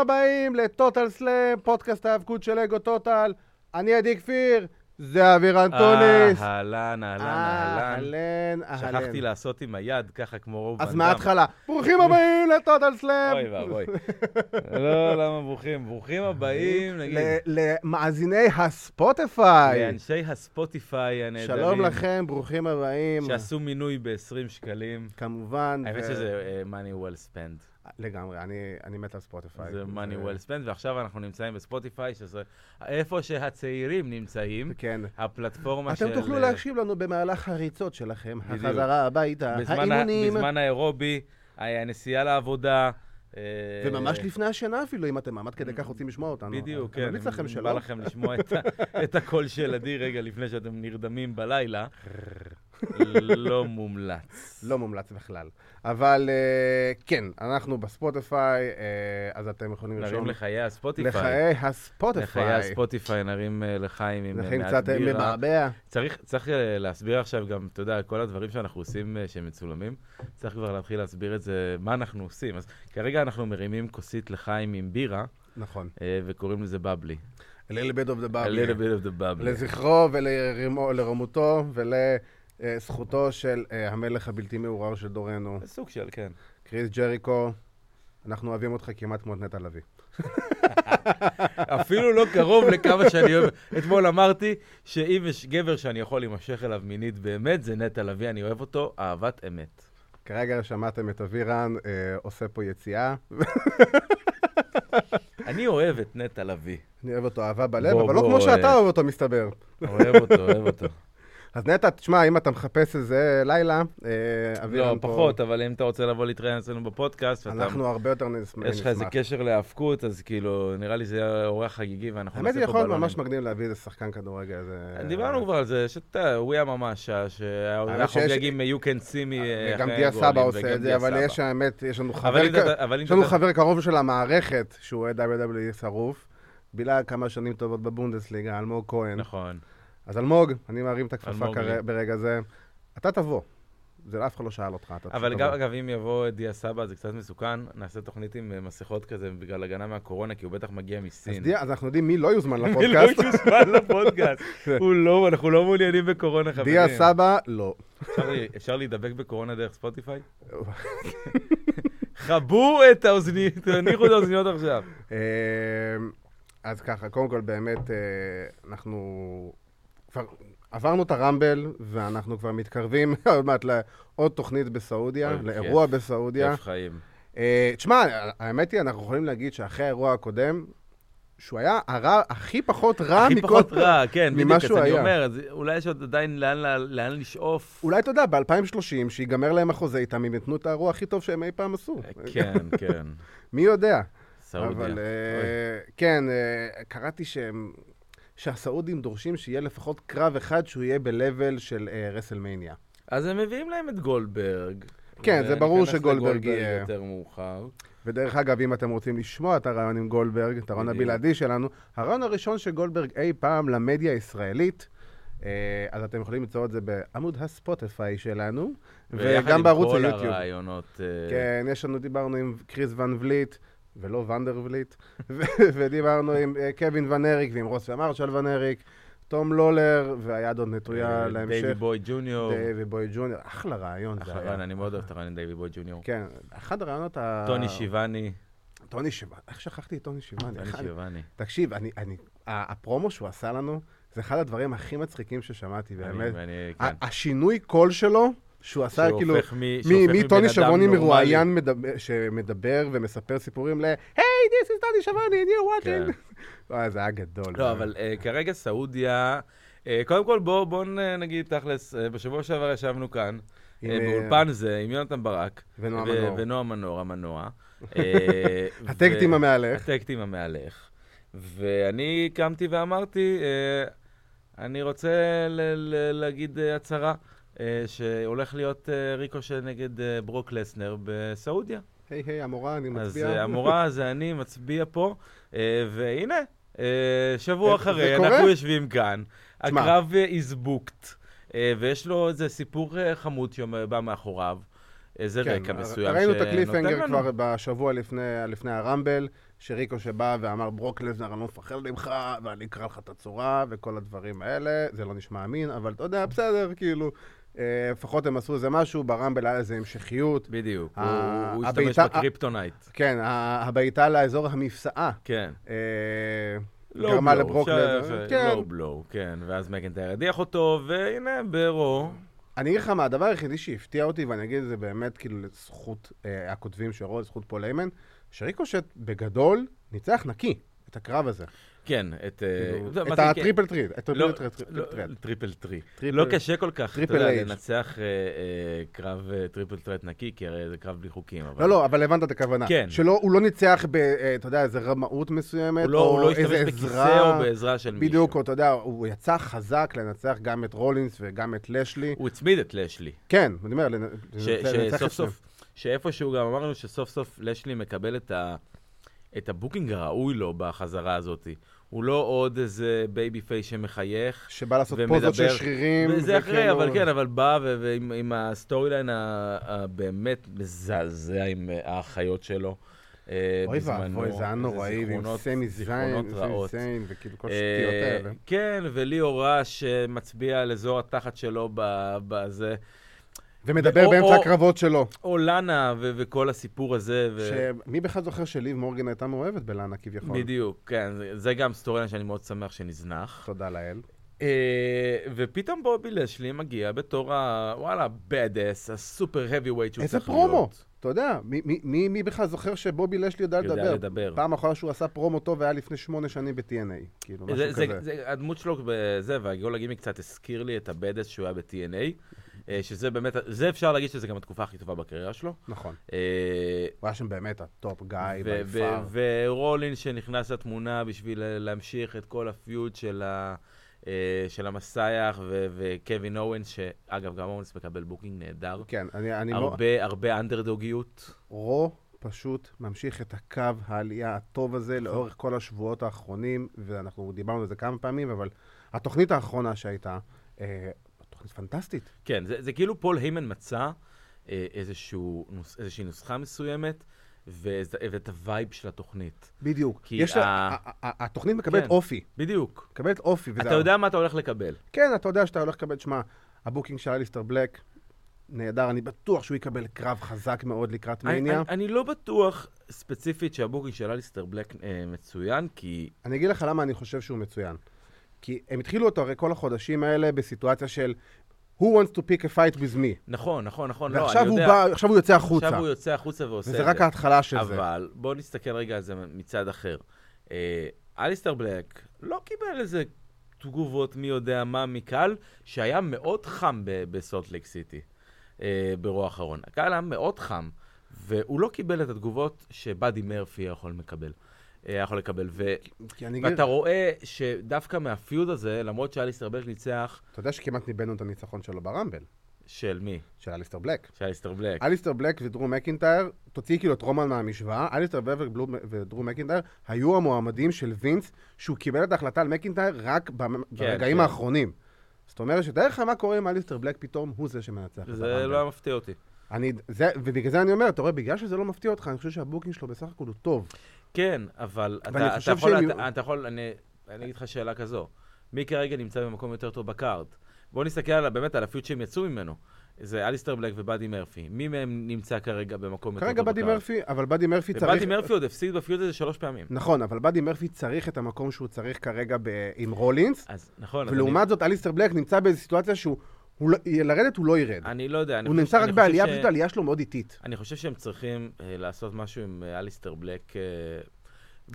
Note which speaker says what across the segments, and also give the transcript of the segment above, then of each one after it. Speaker 1: הבאים לטוטל סלאם, פודקאסט ההאבקות של אגו טוטל. אני עדי כפיר, זה אבירן טוניס.
Speaker 2: אה, אהלן, אהלן, אהלן.
Speaker 1: אה, אהלן, אהלן.
Speaker 2: שכחתי לעשות עם היד, ככה כמו רוב
Speaker 1: אז
Speaker 2: בנאדם.
Speaker 1: מההתחלה, ברוכים הבאים לטוטל סלאם.
Speaker 2: אוי ואבוי. לא, למה ברוכים? ברוכים הבאים, נגיד, כן,
Speaker 1: ל- למאזיני הספוטיפיי.
Speaker 2: לאנשי הספוטיפיי הנהדרים.
Speaker 1: שלום לכם, ברוכים הבאים.
Speaker 2: שעשו מינוי ב-20 שקלים.
Speaker 1: כמובן.
Speaker 2: האמת
Speaker 1: ו-
Speaker 2: שזה אה, money well spent.
Speaker 1: לגמרי, אני- אני מת על ספוטיפיי.
Speaker 2: זה money
Speaker 1: ו-
Speaker 2: well spent, ועכשיו אנחנו נמצאים בספוטיפיי, שזה איפה שהצעירים נמצאים,
Speaker 1: כן.
Speaker 2: הפלטפורמה של... אה,
Speaker 1: אתם תוכלו להקשיב לנו במהלך הריצות שלכם,
Speaker 2: בדיוק.
Speaker 1: החזרה הביתה,
Speaker 2: בזמן ה-
Speaker 1: האימונים,
Speaker 2: בזמן האירובי, אה, הנסיעה לעבודה. אה,
Speaker 1: וממש לפני השינה אפילו, אם אתם עמד כדי כך רוצים לשמוע אותנו.
Speaker 2: בדיוק,
Speaker 1: אני
Speaker 2: כן.
Speaker 1: ממליץ לכם
Speaker 2: אם
Speaker 1: שלא.
Speaker 2: בא לכם לשמוע את ה- את הקול של עדי רגע לפני שאתם נרדמים בלילה. לא מומלץ.
Speaker 1: לא מומלץ בכלל. אבל אה, כן, אנחנו בספוטיפיי, אה, אז אתם יכולים
Speaker 2: נרים
Speaker 1: לרשום
Speaker 2: לחיי הספוטיפיי.
Speaker 1: לחיי
Speaker 2: לחיי
Speaker 1: הספוטיפיי.
Speaker 2: הספוטיפיי, נרים אה, לחיים עם אה,
Speaker 1: לכם
Speaker 2: מעט
Speaker 1: קצת אה,
Speaker 2: בירה.
Speaker 1: מבעבע.
Speaker 2: צריך צריך, אה, להסביר עכשיו גם, אתה יודע, כל הדברים שאנחנו עושים אה, שהם מצולמים, צריך כבר להתחיל להסביר את זה, מה אנחנו עושים. אז כרגע אנחנו מרימים כוסית לחיים עם בירה,
Speaker 1: נכון.
Speaker 2: אה, וקוראים לזה בבלי.
Speaker 1: A little bit of the
Speaker 2: A
Speaker 1: bubble.
Speaker 2: little bit of the bubbly.
Speaker 1: לזכרו ולרמותו ולזכותו של אה, המלך הבלתי מעורער של דורנו,
Speaker 2: זה סוג של, כן.
Speaker 1: קריס ג'ריקו. אנחנו אוהבים אותך כמעט כמו את נטע לביא.
Speaker 2: אפילו לא קרוב לכמה שאני אוהב. אתמול אמרתי שאם יש גבר שאני יכול להימשך אליו מינית באמת, זה נטע לביא, אני אוהב אותו, אהבת אמת.
Speaker 1: כרגע שמעתם את אבירן אה, עושה פה יציאה.
Speaker 2: אני אוהב את נטע לביא.
Speaker 1: אני אוהב אותו אהבה בלב,
Speaker 2: בוא,
Speaker 1: אבל לא
Speaker 2: בוא,
Speaker 1: כמו שאתה
Speaker 2: אה.
Speaker 1: אוהב אותו, מסתבר.
Speaker 2: אוהב אותו, אוהב אותו.
Speaker 1: אז נטע, תשמע, אם אתה מחפש איזה לילה, אה, אבירן
Speaker 2: לא,
Speaker 1: פה...
Speaker 2: פחות, אבל אם אתה רוצה לבוא להתראיין אצלנו בפודקאסט, ואתה-
Speaker 1: אנחנו הרבה יותר נשמח.
Speaker 2: יש לך איזה קשר להאבקות, אז כאילו, נראה לי זה יהיה אורח חגיגי, ואנחנו
Speaker 1: האמת
Speaker 2: נעשה
Speaker 1: היא,
Speaker 2: פה
Speaker 1: יכול
Speaker 2: בלונים.
Speaker 1: ממש מגניב להביא איזה שחקן כדורגל. איזה-
Speaker 2: דיברנו כבר על זה, שאתה, הוא היה ממש, ה- שהיה
Speaker 1: האמת שיש-
Speaker 2: חוגג עם You Can See Me, אה,
Speaker 1: גם
Speaker 2: אחרי
Speaker 1: דיה
Speaker 2: הגולים,
Speaker 1: סבא עושה
Speaker 2: וגם
Speaker 1: את זה,
Speaker 2: דיה
Speaker 1: אבל
Speaker 2: סבא.
Speaker 1: יש, האמת, יש לנו
Speaker 2: אבל
Speaker 1: חבר,
Speaker 2: אם
Speaker 1: ק-
Speaker 2: אתה- אבל אם
Speaker 1: יש לנו
Speaker 2: אתה-
Speaker 1: חבר קרוב של המערכת, שהוא אוהד WWE שרוף, בילה כמה שנים טובות בבונדסליגה, אלמוג כהן.
Speaker 2: נכון.
Speaker 1: אז אלמוג, אני מרים את הכפפה
Speaker 2: אלמוג
Speaker 1: כרגע-
Speaker 2: לי.
Speaker 1: ברגע זה. אתה תבוא. זה אף אחד לא שאל אותך, אתה
Speaker 2: אבל
Speaker 1: פשוט
Speaker 2: גם,
Speaker 1: תבוא.
Speaker 2: אגב, אם יבוא דיה סבא, זה קצת מסוכן. נעשה תוכנית עם אה, מסכות כזה בגלל הגנה מהקורונה, כי הוא בטח מגיע
Speaker 1: אז
Speaker 2: מסין.
Speaker 1: דיה- אז אנחנו יודעים מי לא יוזמן
Speaker 2: מי לא
Speaker 1: לפודקאסט.
Speaker 2: יוזמן לפודקאסט. הוא לא, אנחנו לא מעוניינים בקורונה, חברים.
Speaker 1: דיה סבא, לא.
Speaker 2: אפשר לי- אפשר להידבק בקורונה דרך ספוטיפיי? חבו את האוזניות, תניחו את האוזניות עכשיו.
Speaker 1: אמ, אז ככה, קודם כל באמת, אה, אנחנו כבר עברנו את הרמבל, ואנחנו כבר מתקרבים עוד מעט לעוד תוכנית בסעודיה,
Speaker 2: אוי,
Speaker 1: לאירוע
Speaker 2: כיף.
Speaker 1: בסעודיה.
Speaker 2: כיף חיים.
Speaker 1: אה, תשמע, האמת היא, אנחנו יכולים להגיד שאחרי האירוע הקודם, שהוא היה הרע הכי פחות רע
Speaker 2: הכי
Speaker 1: אה, מכל...
Speaker 2: פחות רע, כן,
Speaker 1: ממה
Speaker 2: בדיוק, אז
Speaker 1: שהוא
Speaker 2: אני
Speaker 1: היה.
Speaker 2: אומר, אז אולי יש עוד עדיין לאן- לאן לשאוף.
Speaker 1: אולי, אתה יודע, ב-2030, שיגמר להם החוזה איתם, הם יתנו את האירוע הכי טוב שהם אי פעם עשו.
Speaker 2: כן, כן,
Speaker 1: מי יודע?
Speaker 2: סעודיה.
Speaker 1: אבל
Speaker 2: אוי.
Speaker 1: אה, כן, אה, קראתי שהם... שהסעודים דורשים שיהיה לפחות קרב אחד שהוא יהיה ב-level של אה, רסלמניה.
Speaker 2: אז הם מביאים להם את גולדברג.
Speaker 1: כן, זה ברור
Speaker 2: וניכנס
Speaker 1: שגולדברג
Speaker 2: לגולדברג
Speaker 1: יהיה.
Speaker 2: יותר מאוחר.
Speaker 1: ודרך אגב, אם אתם רוצים לשמוע את הרעיון עם גולדברג, את הרעיון
Speaker 2: בדיוק.
Speaker 1: הבלעדי שלנו, הרעיון הראשון של גולדברג אי פעם למדיה הישראלית, אה, אז אתם יכולים למצוא את זה בעמוד הספוטיפיי שלנו, וגם בערוץ
Speaker 2: ויחד עם כל
Speaker 1: היוטיוב.
Speaker 2: הרעיונות... אה,
Speaker 1: כן, יש לנו, דיברנו עם קריס ון וליט, ולא ונדר וליט, ו- ודיברנו עם אה, קווין ון אריק ועם רוס ומרשל ון אריק, תום לולר, והיד עוד נטויה
Speaker 2: אה,
Speaker 1: להמשך.
Speaker 2: דייווי בוי ג'וניור.
Speaker 1: דייווי בוי ג'וניור, אחלה רעיון זה היה.
Speaker 2: אחרון, אני מאוד אוהב את הרעיון עם דייווי בוי ג'וניור.
Speaker 1: כן, אחד הרעיונות ה...
Speaker 2: טוני שיבני.
Speaker 1: טוני שיבני, איך שכחתי את טוני שיבני?
Speaker 2: טוני
Speaker 1: איך אני-
Speaker 2: שיבני.
Speaker 1: תקשיב, אני, אני, ה- הפרומו שהוא עשה לנו, זה אחד הדברים הכי מצחיקים ששמעתי, באמת.
Speaker 2: אני- אני- כן.
Speaker 1: ה- השינוי קול שלו, שהוא עשה
Speaker 2: שהוא
Speaker 1: כאילו...
Speaker 2: הופך מ-
Speaker 1: מ-
Speaker 2: שהופך מבן
Speaker 1: מטוני
Speaker 2: אדם
Speaker 1: שבוני
Speaker 2: נורמלי.
Speaker 1: מרואיין מדבר- שמדבר ומספר סיפורים ל... היי, this is טוני שבוני, and you're watching. וואי, זה היה גדול.
Speaker 2: כן. לא, אבל אה, כרגע סעודיה... אה, קודם כל, בואו בוא נ- נגיד תכלס, אה, בשבוע שעבר ישבנו כאן,
Speaker 1: עם,
Speaker 2: אה,
Speaker 1: אה,
Speaker 2: באולפן זה, עם יונתן ברק.
Speaker 1: ונועם
Speaker 2: ו-
Speaker 1: מנור.
Speaker 2: ונועם מנור, המנוע. אה, ו-
Speaker 1: הטקטים המהלך.
Speaker 2: הטקטים המהלך. ואני קמתי ואמרתי, אה, אני רוצה ל- ל- להגיד אה, הצהרה, אה, שהולך להיות אה, ריקושה נגד אה, ברוק לסנר בסעודיה.
Speaker 1: היי, היי, המורה, אני
Speaker 2: אז
Speaker 1: מצביע.
Speaker 2: אה, המורה, זה אני מצביע פה, אה, והנה, אה,
Speaker 1: אה,
Speaker 2: שבוע
Speaker 1: זה
Speaker 2: אחרי,
Speaker 1: קורה?
Speaker 2: אנחנו יושבים כאן,
Speaker 1: תשמע.
Speaker 2: הקרב אה, is booked, אה, ויש לו איזה סיפור אה, חמוד שבא מאחוריו. אה, איזה
Speaker 1: כן,
Speaker 2: רקע
Speaker 1: ר-
Speaker 2: מסוים
Speaker 1: ראינו את
Speaker 2: שנותן
Speaker 1: הקליפהנגר
Speaker 2: לנו.
Speaker 1: כבר בשבוע לפני, לפני הרמבל, שריקו שבא ואמר, ברוק לזנר, אני לא מפחד ממך, ואני אקרא לך את הצורה, וכל הדברים האלה. זה לא נשמע אמין, אבל אתה יודע, בסדר, כאילו, אה, לפחות הם עשו איזה משהו, ברמבל היה איזה המשכיות.
Speaker 2: בדיוק, הוא-
Speaker 1: ה-
Speaker 2: הוא השתמש
Speaker 1: הבעיטה-
Speaker 2: בקריפטונייט.
Speaker 1: כן, ה- הבעיטה לאזור המפסעה.
Speaker 2: כן.
Speaker 1: אה,
Speaker 2: לואו
Speaker 1: גרמה
Speaker 2: בלואו,
Speaker 1: לברוק
Speaker 2: ש-
Speaker 1: לזנר.
Speaker 2: ש-
Speaker 1: כן.
Speaker 2: לואו בלואו, כן, ואז מקנטייר הדיח אותו, והנה, ברו.
Speaker 1: אני אגיד לך מה, הדבר היחידי שהפתיע אותי, ואני אגיד את זה באמת כאילו לזכות אה, הכותבים של רול, לזכות פול איימן, שריקושט בגדול ניצח נקי את הקרב הזה.
Speaker 2: כן, את... אה,
Speaker 1: כאילו,
Speaker 2: זה- מה
Speaker 1: את
Speaker 2: זה-
Speaker 1: הטריפל טריד, את
Speaker 2: לא,
Speaker 1: הטריפל טריד,
Speaker 2: לא,
Speaker 1: טריפל טריד.
Speaker 2: טריפל טרי.
Speaker 1: טריפל-
Speaker 2: לא קשה כל כך, אתה
Speaker 1: טריפל
Speaker 2: יודע,
Speaker 1: אייץ'.
Speaker 2: לנצח אה, אה, קרב אה, טריפל טרט נקי, כי הרי זה קרב בלי חוקים. אבל-
Speaker 1: לא, לא, אבל הבנת את הכוונה.
Speaker 2: כן.
Speaker 1: שלא, הוא לא ניצח ב... אה, אתה יודע, איזה רמאות מסוימת,
Speaker 2: הוא לא- הוא
Speaker 1: או
Speaker 2: לא
Speaker 1: איזה
Speaker 2: השתמש בכיסא
Speaker 1: עזרה.
Speaker 2: או בעזרה של מישהו.
Speaker 1: בדיוק, או אתה יודע, הוא יצא חזק לנצח גם את רולינס וגם את לשלי.
Speaker 2: הוא הצמיד את לשלי.
Speaker 1: כן, אני אומר, לנ-
Speaker 2: ש-
Speaker 1: לנצח את
Speaker 2: שסוף
Speaker 1: שניהם.
Speaker 2: סוף, שאיפשהו גם אמרנו שסוף סוף לשלי מקבל את ה... את הבוקינג הראוי לו בחזרה הזאת. הוא לא עוד איזה בייבי פייס שמחייך.
Speaker 1: שבא לעשות
Speaker 2: ומדבר-
Speaker 1: פוזות של שרירים.
Speaker 2: זה אחרי,
Speaker 1: וכאילו-
Speaker 2: אבל כן, אבל בא ו- ועם עם הסטורי ליין ה- הבאמת מזעזע עם אה, האחיות שלו. אה,
Speaker 1: אוי
Speaker 2: בזמנו.
Speaker 1: ואבוי, זה היה
Speaker 2: איזה
Speaker 1: נוראי, ועם
Speaker 2: זיכרונות-
Speaker 1: סמי זיין,
Speaker 2: זיכרונות רעות.
Speaker 1: זיין, וכאילו כל השטויות
Speaker 2: אה,
Speaker 1: האלה.
Speaker 2: כן, וליאור רש אה, מצביע על אזור התחת שלו ב- בזה.
Speaker 1: ומדבר
Speaker 2: או-
Speaker 1: באמצע
Speaker 2: או-
Speaker 1: הקרבות שלו.
Speaker 2: או לנה ו- וכל הסיפור הזה. ו-
Speaker 1: שמי בכלל זוכר שליב מורגן הייתה מאוהבת בלאנה כביכול.
Speaker 2: בדיוק, כן, זה- זה גם סטורי ליין שאני מאוד שמח שנזנח.
Speaker 1: תודה לאל.
Speaker 2: אה, ופתאום בובי לשלי מגיע בתור ה... וואלה, bad ass, הסופר heavy weight שהוא
Speaker 1: איזה
Speaker 2: צריך
Speaker 1: פרומו.
Speaker 2: להיות.
Speaker 1: אתה יודע, מי- מי- מי- מי בכלל זוכר שבובי לשלי יודע
Speaker 2: יודע
Speaker 1: לדבר?
Speaker 2: לדבר.
Speaker 1: פעם אחרונה שהוא עשה פרומו טוב היה לפני שמונה שנים ב-TNA. כאילו, משהו
Speaker 2: זה, זה,
Speaker 1: כזה.
Speaker 2: זה, הדמות שלו בזה, והגאול הגימי קצת הזכיר לי את הבדס שהוא היה ב-TNA, אה, שזה באמת, זה אפשר להגיד שזה גם התקופה הכי טובה בקריירה שלו.
Speaker 1: נכון.
Speaker 2: אה,
Speaker 1: הוא היה שם באמת הטופ גיא,
Speaker 2: ו-
Speaker 1: by
Speaker 2: ו-
Speaker 1: far.
Speaker 2: ורולין שנכנס לתמונה בשביל אה, להמשיך את כל הפיוד של, ה- אה, של המסייח ו- וקווין אורנס, שאגב, גם אורנס מקבל בוקינג נהדר.
Speaker 1: כן, אני אני מאוד...
Speaker 2: הרבה, הרבה אנדרדוגיות.
Speaker 1: רו פשוט ממשיך את הקו העלייה הטוב
Speaker 2: נכון.
Speaker 1: הזה לאורך כל השבועות האחרונים, ואנחנו דיברנו על זה כמה פעמים, אבל התוכנית האחרונה שהייתה, אה, תוכנית פנטסטית.
Speaker 2: כן, זה, זה כאילו פול היימן מצא אה, איזשהו, נוס, איזושהי נוסחה מסוימת ואת, ואת הווייב של התוכנית.
Speaker 1: בדיוק.
Speaker 2: כי
Speaker 1: יש לה-
Speaker 2: ה-
Speaker 1: ה- ה- ה- התוכנית מקבלת
Speaker 2: כן.
Speaker 1: אופי.
Speaker 2: בדיוק.
Speaker 1: מקבלת אופי. וזה-
Speaker 2: אתה יודע מה אתה הולך לקבל.
Speaker 1: כן, אתה יודע שאתה הולך לקבל, שמע, הבוקינג של אליסטר בלק, נהדר, אני בטוח שהוא יקבל קרב חזק מאוד לקראת
Speaker 2: אני,
Speaker 1: מניה.
Speaker 2: אני, אני לא בטוח ספציפית שהבוקינג של אליסטר בלק אה, מצוין, כי
Speaker 1: אני אגיד לך למה אני חושב שהוא מצוין. כי הם התחילו אותו הרי כל החודשים האלה בסיטואציה של Who wants to pick a fight with me?
Speaker 2: נכון, נכון, נכון, לא,
Speaker 1: ועכשיו
Speaker 2: אני
Speaker 1: הוא
Speaker 2: יודע,
Speaker 1: בא, עכשיו הוא יוצא החוצה.
Speaker 2: עכשיו הוא יוצא החוצה ועושה את
Speaker 1: וזה
Speaker 2: זה.
Speaker 1: רק ההתחלה של זה.
Speaker 2: אבל בואו נסתכל רגע על זה מצד אחר. אה, אליסטר בלק לא קיבל איזה תגובות מי יודע מה מקהל, שהיה מאוד חם ב- בסולט ליק סיטי, אה, ברוע האחרון. הקהל היה מאוד חם, והוא לא קיבל את התגובות שבאדי מרפי יכול לקבל. אה, יכול לקבל, ו-
Speaker 1: כי אני אגיד,
Speaker 2: ואתה רואה שדווקא מהפיוד הזה, למרות שאליסטר בלק ניצח,
Speaker 1: אתה יודע שכמעט ניבאנו את הניצחון שלו ברמבל,
Speaker 2: של מי?
Speaker 1: של אליסטר בלק.
Speaker 2: של אליסטר בלק.
Speaker 1: אליסטר בלק ודרו מקינטייר, תוציא כאילו את רומן מהמשוואה, אליסטר בלק ובלו- ודרו מקינטייר היו המועמדים של וינס, שהוא קיבל את ההחלטה על מקינטייר רק במ- ברגעים
Speaker 2: כן.
Speaker 1: האחרונים. זאת אומרת שתאר לך מה קורה אם אליסטר בלק פתאום הוא זה שמנצח. את
Speaker 2: זה
Speaker 1: הרמבל.
Speaker 2: לא היה מפתיע אותי.
Speaker 1: אני, זה, ובגלל זה אני אומר, אתה רואה, בגלל שזה לא מפתיע אותך, אני חושב שהבוקינג שלו בסך הכל הוא טוב.
Speaker 2: כן, אבל אתה,
Speaker 1: ואני
Speaker 2: אתה,
Speaker 1: חושב
Speaker 2: יכול,
Speaker 1: שהם-
Speaker 2: אתה, אתה יכול, אני, אני אגיד לך שאלה כזו. מי כרגע נמצא במקום יותר טוב בקארד? בואו נסתכל על, ה- באמת על הפיוט שהם יצאו ממנו. זה אליסטר בלק ובאדי מרפי. מי מהם נמצא כרגע במקום יותר
Speaker 1: כרגע
Speaker 2: טוב בקארד?
Speaker 1: באדי מרפי, אבל באדי מרפי צריך...
Speaker 2: ובאדי מרפי עוד הפסיד בפיוט הזה שלוש פעמים.
Speaker 1: נכון, אבל באדי מרפי צריך את המקום שהוא צריך כרגע ב-
Speaker 2: אה,
Speaker 1: עם רולינס,
Speaker 2: אז נכון, אז
Speaker 1: ולעומת זאת אליסטר בלק נמצא באיזו סיטואציה שהוא, הוא לא- לרדת הוא לא ירד.
Speaker 2: אני, אני לא יודע. אני
Speaker 1: הוא
Speaker 2: חושב-
Speaker 1: נמצא
Speaker 2: אני
Speaker 1: רק
Speaker 2: חושב
Speaker 1: בעלייה,
Speaker 2: ש-
Speaker 1: פשוט העלייה שלו מאוד איטית.
Speaker 2: אני חושב שהם צריכים אה, לעשות משהו עם אה, אליסטר בלק, אה,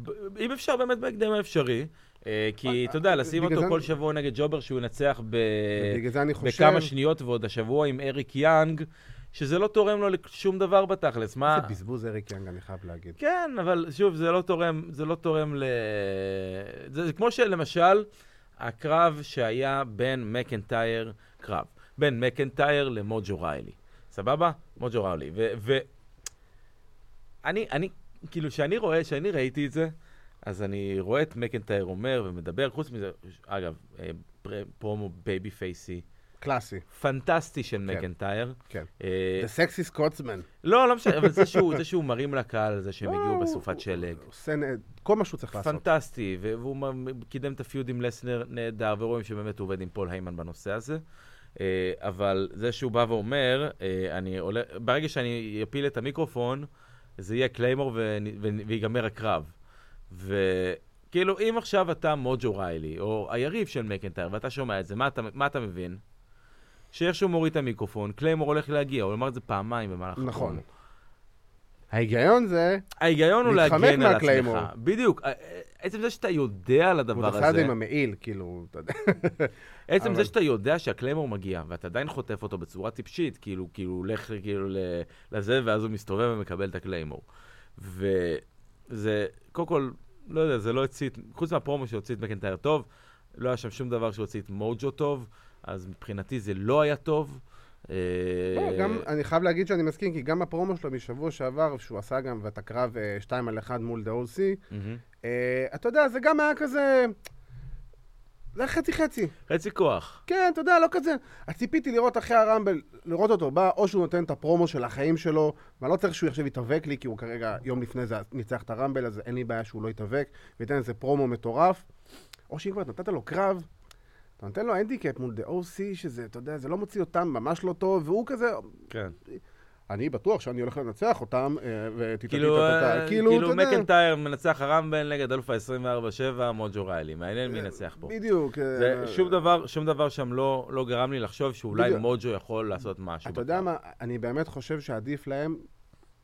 Speaker 2: ב- אם אפשר באמת בהקדם האפשרי, אה, כי אתה יודע, לשים
Speaker 1: בגלל
Speaker 2: אותו
Speaker 1: זה
Speaker 2: כל
Speaker 1: אני-
Speaker 2: שבוע נגד ג'ובר שהוא ינצח ב...
Speaker 1: בגלל זה אני חושב...
Speaker 2: אה, בכמה שניות, ועוד השבוע עם אריק יאנג, שזה לא תורם לו לשום דבר בתכלס. מה...
Speaker 1: איזה בזבוז אריק יאנג, אני חייב להגיד.
Speaker 2: כן, אבל שוב, זה לא תורם, זה לא תורם ל... זה, זה כמו שלמשל, הקרב שהיה בין מקנטייר, קרב, בין מקנטייר למוג'ו ריילי. סבבה? מוג'ו ריילי. ו... ו... אני, אני, כאילו, כשאני רואה, כשאני ראיתי את זה, אז אני רואה את מקנטייר אומר ומדבר, חוץ מזה, אגב, אה, פר- פרומו בייבי פייסי,
Speaker 1: קלאסי,
Speaker 2: פנטסטי של מקנטייר.
Speaker 1: כן.
Speaker 2: אה,
Speaker 1: The Sexy Scotsman.
Speaker 2: לא, לא משנה, אבל זה שהוא, זה שהוא מרים לקהל, זה שהם הגיעו
Speaker 1: הוא-
Speaker 2: בסופת שלג.
Speaker 1: הוא עושה נ- כל מה שהוא צריך לעשות.
Speaker 2: אה, פנטסטי, ו- והוא מ- קידם את הפיוד עם לסנר נהדר, ורואים שבאמת הוא עובד עם פול היימן בנושא הזה. אה, אבל זה שהוא בא ואומר, אה, אני עולה, ברגע שאני אפיל את המיקרופון, זה יהיה קליימור ו- ו- ויגמר הקרב. וכאילו, אם עכשיו אתה מוג'ו ריילי, או היריב של מקנטייר, ואתה שומע את זה, מה אתה, מה אתה מבין? שאיכשהו מוריד את המיקרופון, קליימור הולך להגיע, הוא אמר את זה פעמיים במהלך
Speaker 1: נכון.
Speaker 2: הפרומו.
Speaker 1: ההיגיון זה,
Speaker 2: ההיגיון הוא
Speaker 1: להתחמק
Speaker 2: להגן על עצמך.
Speaker 1: מהקליימור.
Speaker 2: בדיוק. א- א- עצם זה שאתה יודע על
Speaker 1: הוא
Speaker 2: הדבר
Speaker 1: עשה את זה
Speaker 2: הזה,
Speaker 1: עם המעיל, כאילו, אתה יודע.
Speaker 2: עצם
Speaker 1: אבל-
Speaker 2: זה שאתה יודע שהקליימור מגיע, ואתה עדיין חוטף אותו בצורה טיפשית, כאילו, כאילו, הולך כאילו ל- לזה, ואז הוא מסתובב ומקבל את הקליימור. וזה, קודם כל, לא יודע, זה לא הוציא, את- חוץ מהפרומו שהוציא את מקנטייר טוב, לא היה שם שום דבר שהוציא את מוג'ו טוב, אז מבחינתי זה לא היה טוב. אה,
Speaker 1: לא, גם, אני חייב להגיד שאני מסכים, כי גם הפרומו שלו משבוע שעבר, שהוא עשה גם ואת הקרב 2 על 1 מול דה-OC,
Speaker 2: מהמם.
Speaker 1: אה, אתה יודע, זה גם היה כזה... זה היה חצי-חצי.
Speaker 2: חצי כוח.
Speaker 1: כן, אתה יודע, לא כזה. אז ציפיתי לראות אחרי הרמבל, לראות אותו בא, או שהוא נותן את הפרומו של החיים שלו, ואני לא צריך שהוא עכשיו יתאבק לי, כי הוא כרגע, יום לפני זה ניצח את הרמבל, אז אין לי בעיה שהוא לא יתאבק, וייתן איזה פרומו מטורף. או שאם כבר נתת לו קרב, אתה נותן לו הנדיקאפ מול דה OC, שזה, אתה יודע, זה לא מוציא אותם ממש לא טוב, והוא כזה,
Speaker 2: כן.
Speaker 1: אני בטוח שאני הולך לנצח אותם, אה, ותתעתיק
Speaker 2: כאילו,
Speaker 1: אותה.
Speaker 2: אה, כאילו מקנטייר מנצח הרמבל נגד אלוף ה-24-7, מוג'ו ריילי. מעניין מי ינצח פה.
Speaker 1: בדיוק. אה,
Speaker 2: זה, שום, דבר, שום דבר שם לא, לא גרם לי לחשוב שאולי
Speaker 1: בדיוק.
Speaker 2: מוג'ו יכול לעשות משהו.
Speaker 1: אתה יודע
Speaker 2: בקרב.
Speaker 1: מה, אני באמת חושב שעדיף להם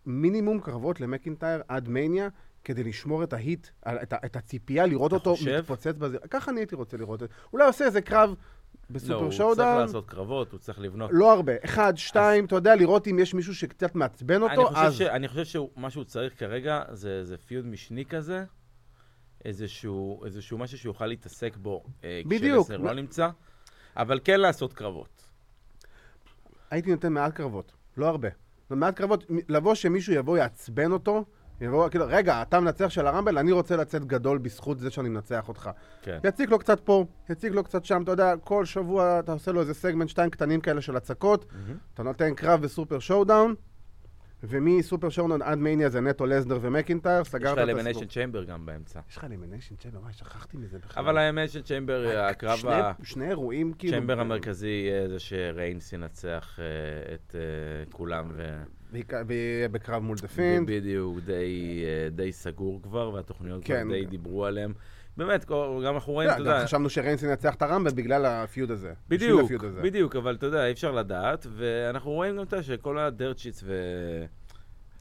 Speaker 1: מינימום קרבות למקינטייר עד מניה, כדי לשמור את ההיט, על- את ה- את הציפייה לראות
Speaker 2: אתה
Speaker 1: אותו
Speaker 2: חושב?
Speaker 1: מתפוצץ בזה. ככה אני הייתי רוצה לראות את זה. אולי עושה איזה קרב
Speaker 2: לא,
Speaker 1: בסופר
Speaker 2: הוא צריך
Speaker 1: שאודם.
Speaker 2: לעשות קרבות, הוא צריך לבנות.
Speaker 1: לא הרבה. אחד, שתיים, אתה יודע, לראות אם יש מישהו שקצת מעצבן
Speaker 2: אני
Speaker 1: לא אותו,
Speaker 2: חושב
Speaker 1: אז...
Speaker 2: ש- אני חושב שמה שהוא צריך כרגע זה איזה פיוד משני כזה, איזשהו, איזשהו משהו שהוא יוכל להתעסק בו אה,
Speaker 1: בדיוק.
Speaker 2: כשלסנר לא נמצא, אבל כן לעשות קרבות.
Speaker 1: הייתי נותן מעט קרבות, לא הרבה. זאת אומרת, מעט קרבות, מ- לבוא שמישהו יבוא, יעצבן אותו, יבוא, כאילו, רגע, אתה מנצח של הרמבל, אני רוצה לצאת גדול בזכות זה שאני מנצח אותך.
Speaker 2: כן.
Speaker 1: יציק לו קצת פה, יציק לו קצת שם, אתה יודע, כל שבוע אתה עושה לו איזה סגמנט שתיים קטנים כאלה של הצקות, אתה נותן קרב בסופר שואודאון, ומסופר שואודאון עד מניה זה נטו לזנר ומקינטייר,
Speaker 2: יש
Speaker 1: סגרת
Speaker 2: לך
Speaker 1: את הסיפור.
Speaker 2: אלמניישן צ'יימבר גם באמצע.
Speaker 1: יש לך אלימיניישן צ'מבר, וואי, שכחתי מזה בכלל.
Speaker 2: אבל האלמניישן צ'יימבר, הקרב
Speaker 1: שני-
Speaker 2: ה...
Speaker 1: שני אירועים, כאילו...
Speaker 2: צ'מבר המרכזי יהיה זה שריינס ינצח אה, את אה, כולם, ו-
Speaker 1: בעיקר- ב- בקרב מול דה פינד.
Speaker 2: בדיוק, די, אה, די סגור כבר, והתוכניות
Speaker 1: כן. לא,
Speaker 2: כבר די דיברו עליהם. באמת, כל- גם אנחנו רואים,
Speaker 1: אתה
Speaker 2: אתה
Speaker 1: יודע,
Speaker 2: יודע,
Speaker 1: חשבנו שריינס ינצח את הרמבל בגלל הפיוד הזה. בשביל
Speaker 2: בדיוק,
Speaker 1: הפיוד הזה.
Speaker 2: בדיוק, אבל אתה יודע, אי אפשר לדעת, ואנחנו רואים גם את זה שכל הדירט שיטס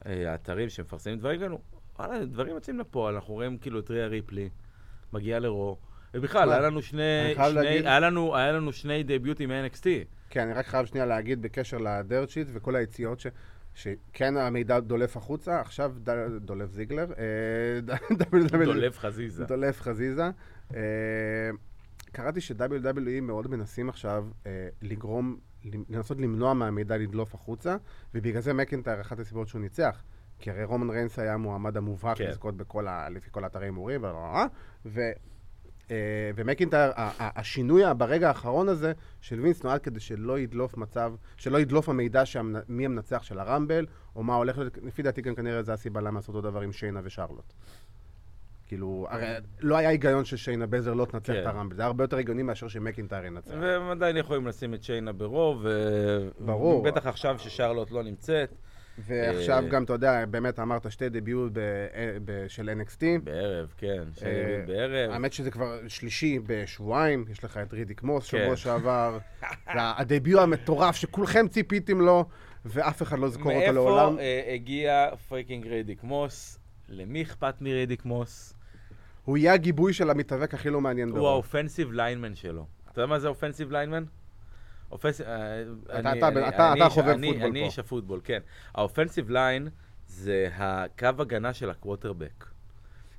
Speaker 2: והאתרים שמפרסמים דברים כאלו, וואלה, דברים יוצאים לפועל, אנחנו רואים כאילו את ריה ריפלי, מגיעה לרו, ובכלל,
Speaker 1: תשמע,
Speaker 2: היה לנו שני,
Speaker 1: אני חייב
Speaker 2: שני-
Speaker 1: להגיד-
Speaker 2: היה לנו- היה לנו שני דביוטים מ-NXT.
Speaker 1: כן, אני רק חייב שנייה להגיד בקשר לדירט שיט וכל היציאות ש... שכן המידע דולף החוצה, עכשיו ד... דולף זיגלר. אה, ד- WWE
Speaker 2: דולב חזיזה.
Speaker 1: דולף חזיזה. אה, קראתי ש-WWE מאוד מנסים עכשיו אה, לגרום, לנסות למנוע מהמידע לדלוף החוצה, ובגלל זה מקינטייר אחת הסיבות שהוא ניצח. כי הרי רומן ריינס היה המועמד המובהק
Speaker 2: כן.
Speaker 1: לזכות בכל ה... לפי כל האתרי הימורים, ו... אה, ומקינטייר, ה- ה- השינוי ברגע האחרון הזה של וינס נועד כדי שלא ידלוף מצב, שלא ידלוף המידע שהמנ- מי המנצח של הרמבל, או מה הולך, להיות- לפי דעתי גם כנראה זו הסיבה למה לעשות אותו דבר עם שיינה ושרלוט. כאילו, הרי לא היה היגיון ששיינה בזר לא תנצח
Speaker 2: כן. אה,
Speaker 1: את הרמבל, זה היה הרבה יותר הגיוני מאשר שמקינטייר ינצח.
Speaker 2: והם עדיין יכולים לשים את שיינה ברוב, ו-
Speaker 1: ברור.
Speaker 2: בטח עכשיו ששרלוט לא נמצאת.
Speaker 1: ועכשיו
Speaker 2: אה,
Speaker 1: גם, אתה יודע, באמת אמרת שתי דביוט ב- אה, ב- של NXT.
Speaker 2: בערב, כן,
Speaker 1: אה,
Speaker 2: שיינה בערב.
Speaker 1: האמת שזה כבר שלישי בשבועיים, יש לך את רידיק מוס
Speaker 2: כן.
Speaker 1: שבוע שעבר, והדביוט המטורף שכולכם ציפיתם לו, ואף אחד לא זכור אותו לעולם.
Speaker 2: מאיפה אה, הגיע פריקינג ריידיק מוס? למי אכפת מריידיק מוס?
Speaker 1: הוא יהיה הגיבוי של המתאבק הכי לא מעניין
Speaker 2: הוא
Speaker 1: ברור.
Speaker 2: האופנסיב ליינמן שלו. אתה יודע מה זה אופנסיב ליינמן? אופנסיב...
Speaker 1: אתה- אתה- אתה- אתה חובב פוטבול
Speaker 2: אני
Speaker 1: פה.
Speaker 2: איש הפוטבול, כן. האופנסיב ליין זה הקו הגנה של הקווטרבק.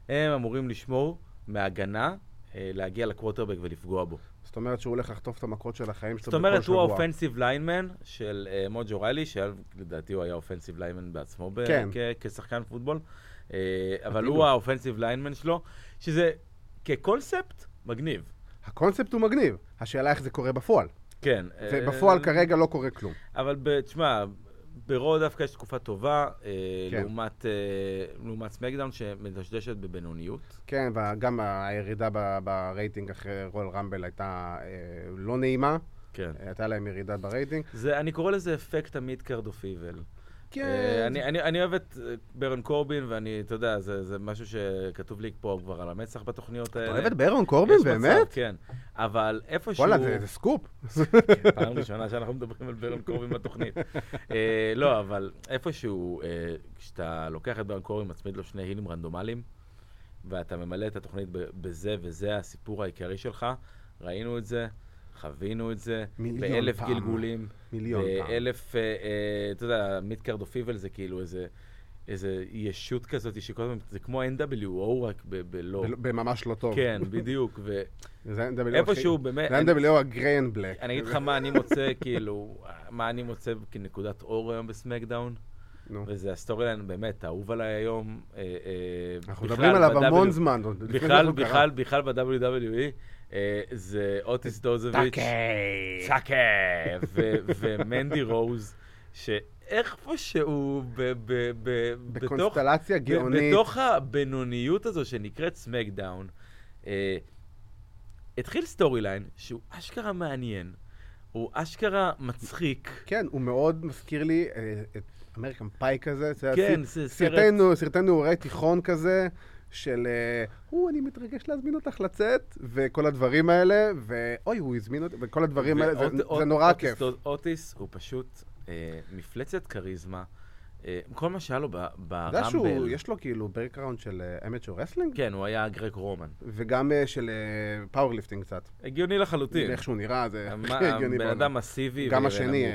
Speaker 2: הם אמורים לשמור מהגנה, אה, להגיע לקווטרבק ולפגוע בו.
Speaker 1: זאת אומרת שהוא הולך לחטוף את המכות של החיים שלו
Speaker 2: זאת
Speaker 1: בכל
Speaker 2: אומרת, הוא
Speaker 1: שבוע.
Speaker 2: האופנסיב ליינמן של אה, מוג'ו ריילי, שלדעתי הוא היה אופנסיב ליינמן בעצמו ב-
Speaker 1: כן.
Speaker 2: כ- כשחקן פוטבול, אה, אבל
Speaker 1: אפילו.
Speaker 2: הוא האופנסיב ליינמן שלו, שזה כקונספט מגניב.
Speaker 1: הקונספט הוא מגניב, השאלה איך זה קורה בפועל.
Speaker 2: כן.
Speaker 1: ובפועל
Speaker 2: אה,
Speaker 1: כרגע לא קורה כלום.
Speaker 2: אבל ב- תשמע, ברו דווקא יש תקופה טובה, אה,
Speaker 1: כן.
Speaker 2: לעומת, אה, לעומת סמקדאון שמדשדשת בבינוניות.
Speaker 1: כן, וגם הירידה ב- ברייטינג אחרי רול רמבל הייתה אה, לא נעימה.
Speaker 2: כן.
Speaker 1: הייתה להם ירידה ברייטינג.
Speaker 2: זה, אני קורא לזה אפקט המידקארד אוף איבל.
Speaker 1: כן.
Speaker 2: אה, אני, אני, אני אוהב את אה, ברון קורבין, ואני, אתה יודע, זה, זה משהו שכתוב לי פה כבר על המצח בתוכניות האלה.
Speaker 1: אתה אוהב את ברון קורבין,
Speaker 2: אה, יש מצב,
Speaker 1: באמת?
Speaker 2: כן. אבל איפשהו...
Speaker 1: וואלה, זה- זה סקופ.
Speaker 2: כן, פעם ראשונה שאנחנו מדברים על ברון קורבין בתוכנית. אה, לא, אבל איפשהו, אה, כשאתה לוקח את ברון קורבין, מצמיד לו שני הילים רנדומליים, ואתה ממלא את התוכנית ב- בזה, וזה הסיפור העיקרי שלך. ראינו את זה, חווינו את זה,
Speaker 1: מיליון
Speaker 2: באלף
Speaker 1: פעם.
Speaker 2: גלגולים.
Speaker 1: מיליון פעם.
Speaker 2: באלף, אה, אה, אתה יודע, מידקארד אוף איבל זה כאילו איזה... איזה ישות כזאת שכל הזמן, זה כמו NWO רק ב- בלא.
Speaker 1: ב- בממש לא טוב.
Speaker 2: כן, בדיוק. ו-
Speaker 1: זה NWO הכי-
Speaker 2: איפשהו, באמת,
Speaker 1: זה
Speaker 2: אני-
Speaker 1: NWO הגריי אנד בלק.
Speaker 2: אני אגיד לך מה אני מוצא, כאילו, מה אני מוצא כנקודת אור היום בסמקדאון,
Speaker 1: נו.
Speaker 2: וזה הסטורי ליין באמת האהוב עליי היום. אה, אה,
Speaker 1: אנחנו
Speaker 2: בכלל
Speaker 1: מדברים עליו
Speaker 2: ב-
Speaker 1: המון
Speaker 2: W-
Speaker 1: זמן. עוד לפני
Speaker 2: בכלל,
Speaker 1: שזה קרה.
Speaker 2: בכלל, בכלל ב-WWE, אה, זה אוטיס דוזוביץ', צאקה, ו- ומנדי רוז, שאיפשהו, ב- ב- ב- בתוך
Speaker 1: בקונסטלציה
Speaker 2: ב-
Speaker 1: גאונית.
Speaker 2: בתוך הבינוניות הזו שנקראת סמקדאון, אה, התחיל סטורי ליין שהוא אשכרה מעניין, הוא אשכרה מצחיק.
Speaker 1: כן, הוא מאוד מזכיר לי אה, את אמריקן פאי כזה. זה
Speaker 2: כן,
Speaker 1: הסרט-
Speaker 2: זה סרט-
Speaker 1: סרטנו, סרטי נעורי תיכון כזה, של אה, הוא, אני מתרגש להזמין אותך לצאת, וכל הדברים האלה, ואוי, הוא הזמין אותי, וכל הדברים האלה, זה-
Speaker 2: ואוט-
Speaker 1: זה
Speaker 2: אוט-
Speaker 1: נורא
Speaker 2: אוטיס
Speaker 1: כיף.
Speaker 2: דוד- אוטיס הוא פשוט אה, מפלצת כריזמה. אה, כל מה שהיה לו ב-
Speaker 1: אתה יודע שהוא,
Speaker 2: ברמבל,
Speaker 1: יש לו כאילו ברקראונד של אמצ'ו רסלינג,
Speaker 2: כן, הוא היה גרג רומן.
Speaker 1: וגם אה, של פאורליפטינג קצת.
Speaker 2: הגיוני לחלוטין.
Speaker 1: איך שהוא נראה, זה
Speaker 2: המ-
Speaker 1: הכי הגיוני.
Speaker 2: הבן
Speaker 1: בעולם.
Speaker 2: אדם מסיבי.
Speaker 1: גם
Speaker 2: ונמוך.
Speaker 1: השני, אה,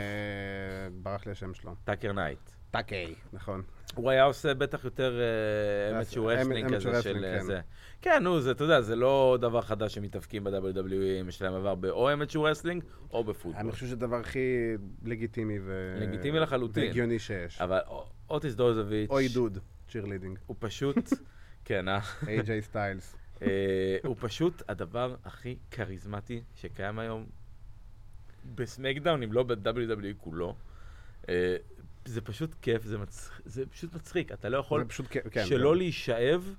Speaker 1: ברח לי השם שלו.
Speaker 2: טאקר נייט.
Speaker 1: טאקיי. נכון.
Speaker 2: הוא היה עושה בטח יותר
Speaker 1: אה,
Speaker 2: אמת שהוא
Speaker 1: אה,
Speaker 2: רסלינג
Speaker 1: amateur
Speaker 2: כזה של
Speaker 1: wrestling,
Speaker 2: אה,
Speaker 1: כן.
Speaker 2: זה. כן, נו, זה, אתה יודע, זה לא דבר חדש שמתאבקים ב-WWE, E, יש להם עבר באו אמת שהוא רסלינג או
Speaker 1: אני
Speaker 2: בפוטבול.
Speaker 1: חושב שזה הדבר הכי לגיטימי ו...
Speaker 2: לגיטימי לחלוטין.
Speaker 1: והגיוני שיש.
Speaker 2: אבל א- אוטיס דוזוביץ',
Speaker 1: אוי דוד, צ'ירלידינג,
Speaker 2: הוא פשוט, כן, אה?
Speaker 1: איי-ג'יי סטיילס.
Speaker 2: אה, הוא פשוט הדבר הכי כריזמטי שקיים היום בסמקדאון, אם לא ב-WWE כולו. אה, זה פשוט כיף, זה, מצ... זה פשוט מצחיק, אתה לא יכול
Speaker 1: זה פשוט כ- כן.
Speaker 2: שלא
Speaker 1: כן.
Speaker 2: להישאב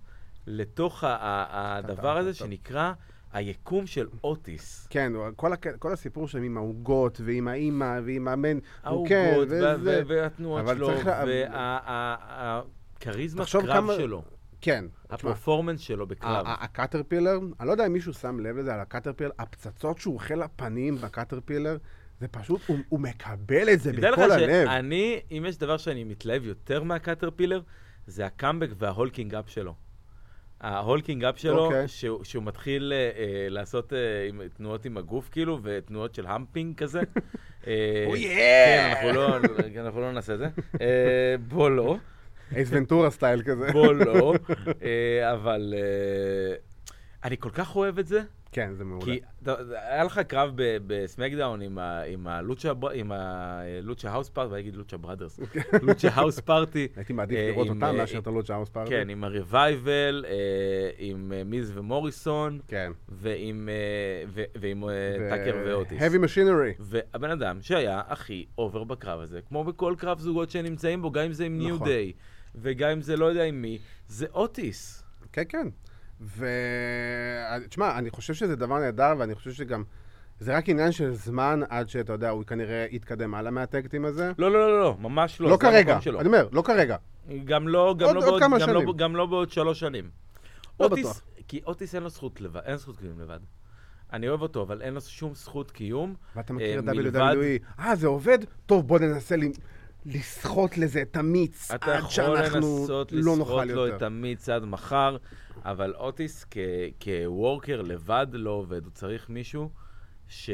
Speaker 2: לתוך ה- ה- הדבר הזה
Speaker 1: טוב.
Speaker 2: שנקרא היקום של אוטיס.
Speaker 1: כן, הוא- כל הק- כל הסיפור שם עם העוגות, ועם האימא, ועם המן, הוא
Speaker 2: העוגות
Speaker 1: כן,
Speaker 2: וה-
Speaker 1: וזה...
Speaker 2: ו- והתנועות
Speaker 1: אבל
Speaker 2: שלו,
Speaker 1: צריך לה-
Speaker 2: והכריזמת
Speaker 1: תחשוב
Speaker 2: קרב
Speaker 1: כמה-
Speaker 2: שלו,
Speaker 1: כן. תשמע,
Speaker 2: הפרפורמנס שלו בקרב.
Speaker 1: ה- ה- הקטרפילר, אני לא יודע אם מישהו שם לב לזה על הקטרפילר, הפצצות שהוא אוכל לפנים בקטרפילר, זה פשוט, הוא- הוא מקבל את זה
Speaker 2: תדע לך
Speaker 1: בכל הלב.
Speaker 2: שאני, אם יש דבר שאני מתלהב יותר מהקטרפילר, זה הקאמבק וההולקינג אפ שלו. ההולקינג אפ שלו,
Speaker 1: אוקיי.
Speaker 2: שהוא, שהוא מתחיל אה, אה, לעשות אה, עם, תנועות עם הגוף כאילו, ותנועות של המפינג כזה. אה,
Speaker 1: Oh, yeah!
Speaker 2: כן, אנחנו לא, אנחנו לא נעשה את זה. אה, בוא לא,
Speaker 1: אייס ונטורה סטייל כזה.
Speaker 2: בוא לא, אה, אבל אה, אני כל כך אוהב את זה.
Speaker 1: כן, זה מעולה.
Speaker 2: כי אתה- היה לך קרב ב- בסמקדאון עם ה- עם הלוצ'ה בר- עם הלוצ'ה האוס פארטי, ואני אגיד לוצ'ה בראדרס, לוצ'ה האוס פארטי,
Speaker 1: הייתי מעדיף
Speaker 2: אה,
Speaker 1: לראות
Speaker 2: עם,
Speaker 1: אותם
Speaker 2: אה,
Speaker 1: מאשר את הלוד שאוס פארטי.
Speaker 2: כן, עם הרווייבל, אה, עם אה, מיז ומוריסון,
Speaker 1: כן.
Speaker 2: ועם אה, ו- ועם, אה, טאקר ואוטיס.
Speaker 1: heavy machinery.
Speaker 2: והבן אדם שהיה הכי אובר בקרב הזה, כמו בכל קרב זוגות שנמצאים בו, גם אם זה עם ניו
Speaker 1: נכון.
Speaker 2: דיי, וגם אם זה לא יודע עם מי, זה אוטיס.
Speaker 1: כן, כן. ו... אה, תשמע, אני חושב שזה דבר נהדר, ואני חושב שגם... זה רק עניין של זמן עד שאתה יודע, הוא כנראה יתקדם הלאה מהטקטים הזה.
Speaker 2: לא, לא, לא, לא, ממש לא.
Speaker 1: לא
Speaker 2: זה
Speaker 1: כרגע,
Speaker 2: המקום שלו.
Speaker 1: אני אומר, לא כרגע.
Speaker 2: גם לא, גם
Speaker 1: עוד-
Speaker 2: לא
Speaker 1: עוד
Speaker 2: בעוד,
Speaker 1: כמה
Speaker 2: גם לא,
Speaker 1: שנים.
Speaker 2: גם לא בעוד שלוש שנים.
Speaker 1: לא
Speaker 2: אוטיס,
Speaker 1: בטוח.
Speaker 2: כי אוטיס אין לו זכות לבד, אין זכות קיום לבד. אני אוהב אותו, אבל אין לו שום זכות קיום.
Speaker 1: ואתה
Speaker 2: אה,
Speaker 1: מכיר את
Speaker 2: מלבד-
Speaker 1: WWE, אה, זה עובד? טוב, בוא ננסה ל- לסחוט לזה את המיץ,
Speaker 2: אתה
Speaker 1: עד
Speaker 2: יכול
Speaker 1: שאנחנו
Speaker 2: לנסות
Speaker 1: לא
Speaker 2: לסחוט
Speaker 1: נוכל
Speaker 2: לו את
Speaker 1: יותר.
Speaker 2: המיץ עד מחר, אבל אוטיס כ- כוורקר לבד לא עובד, הוא צריך מישהו ש-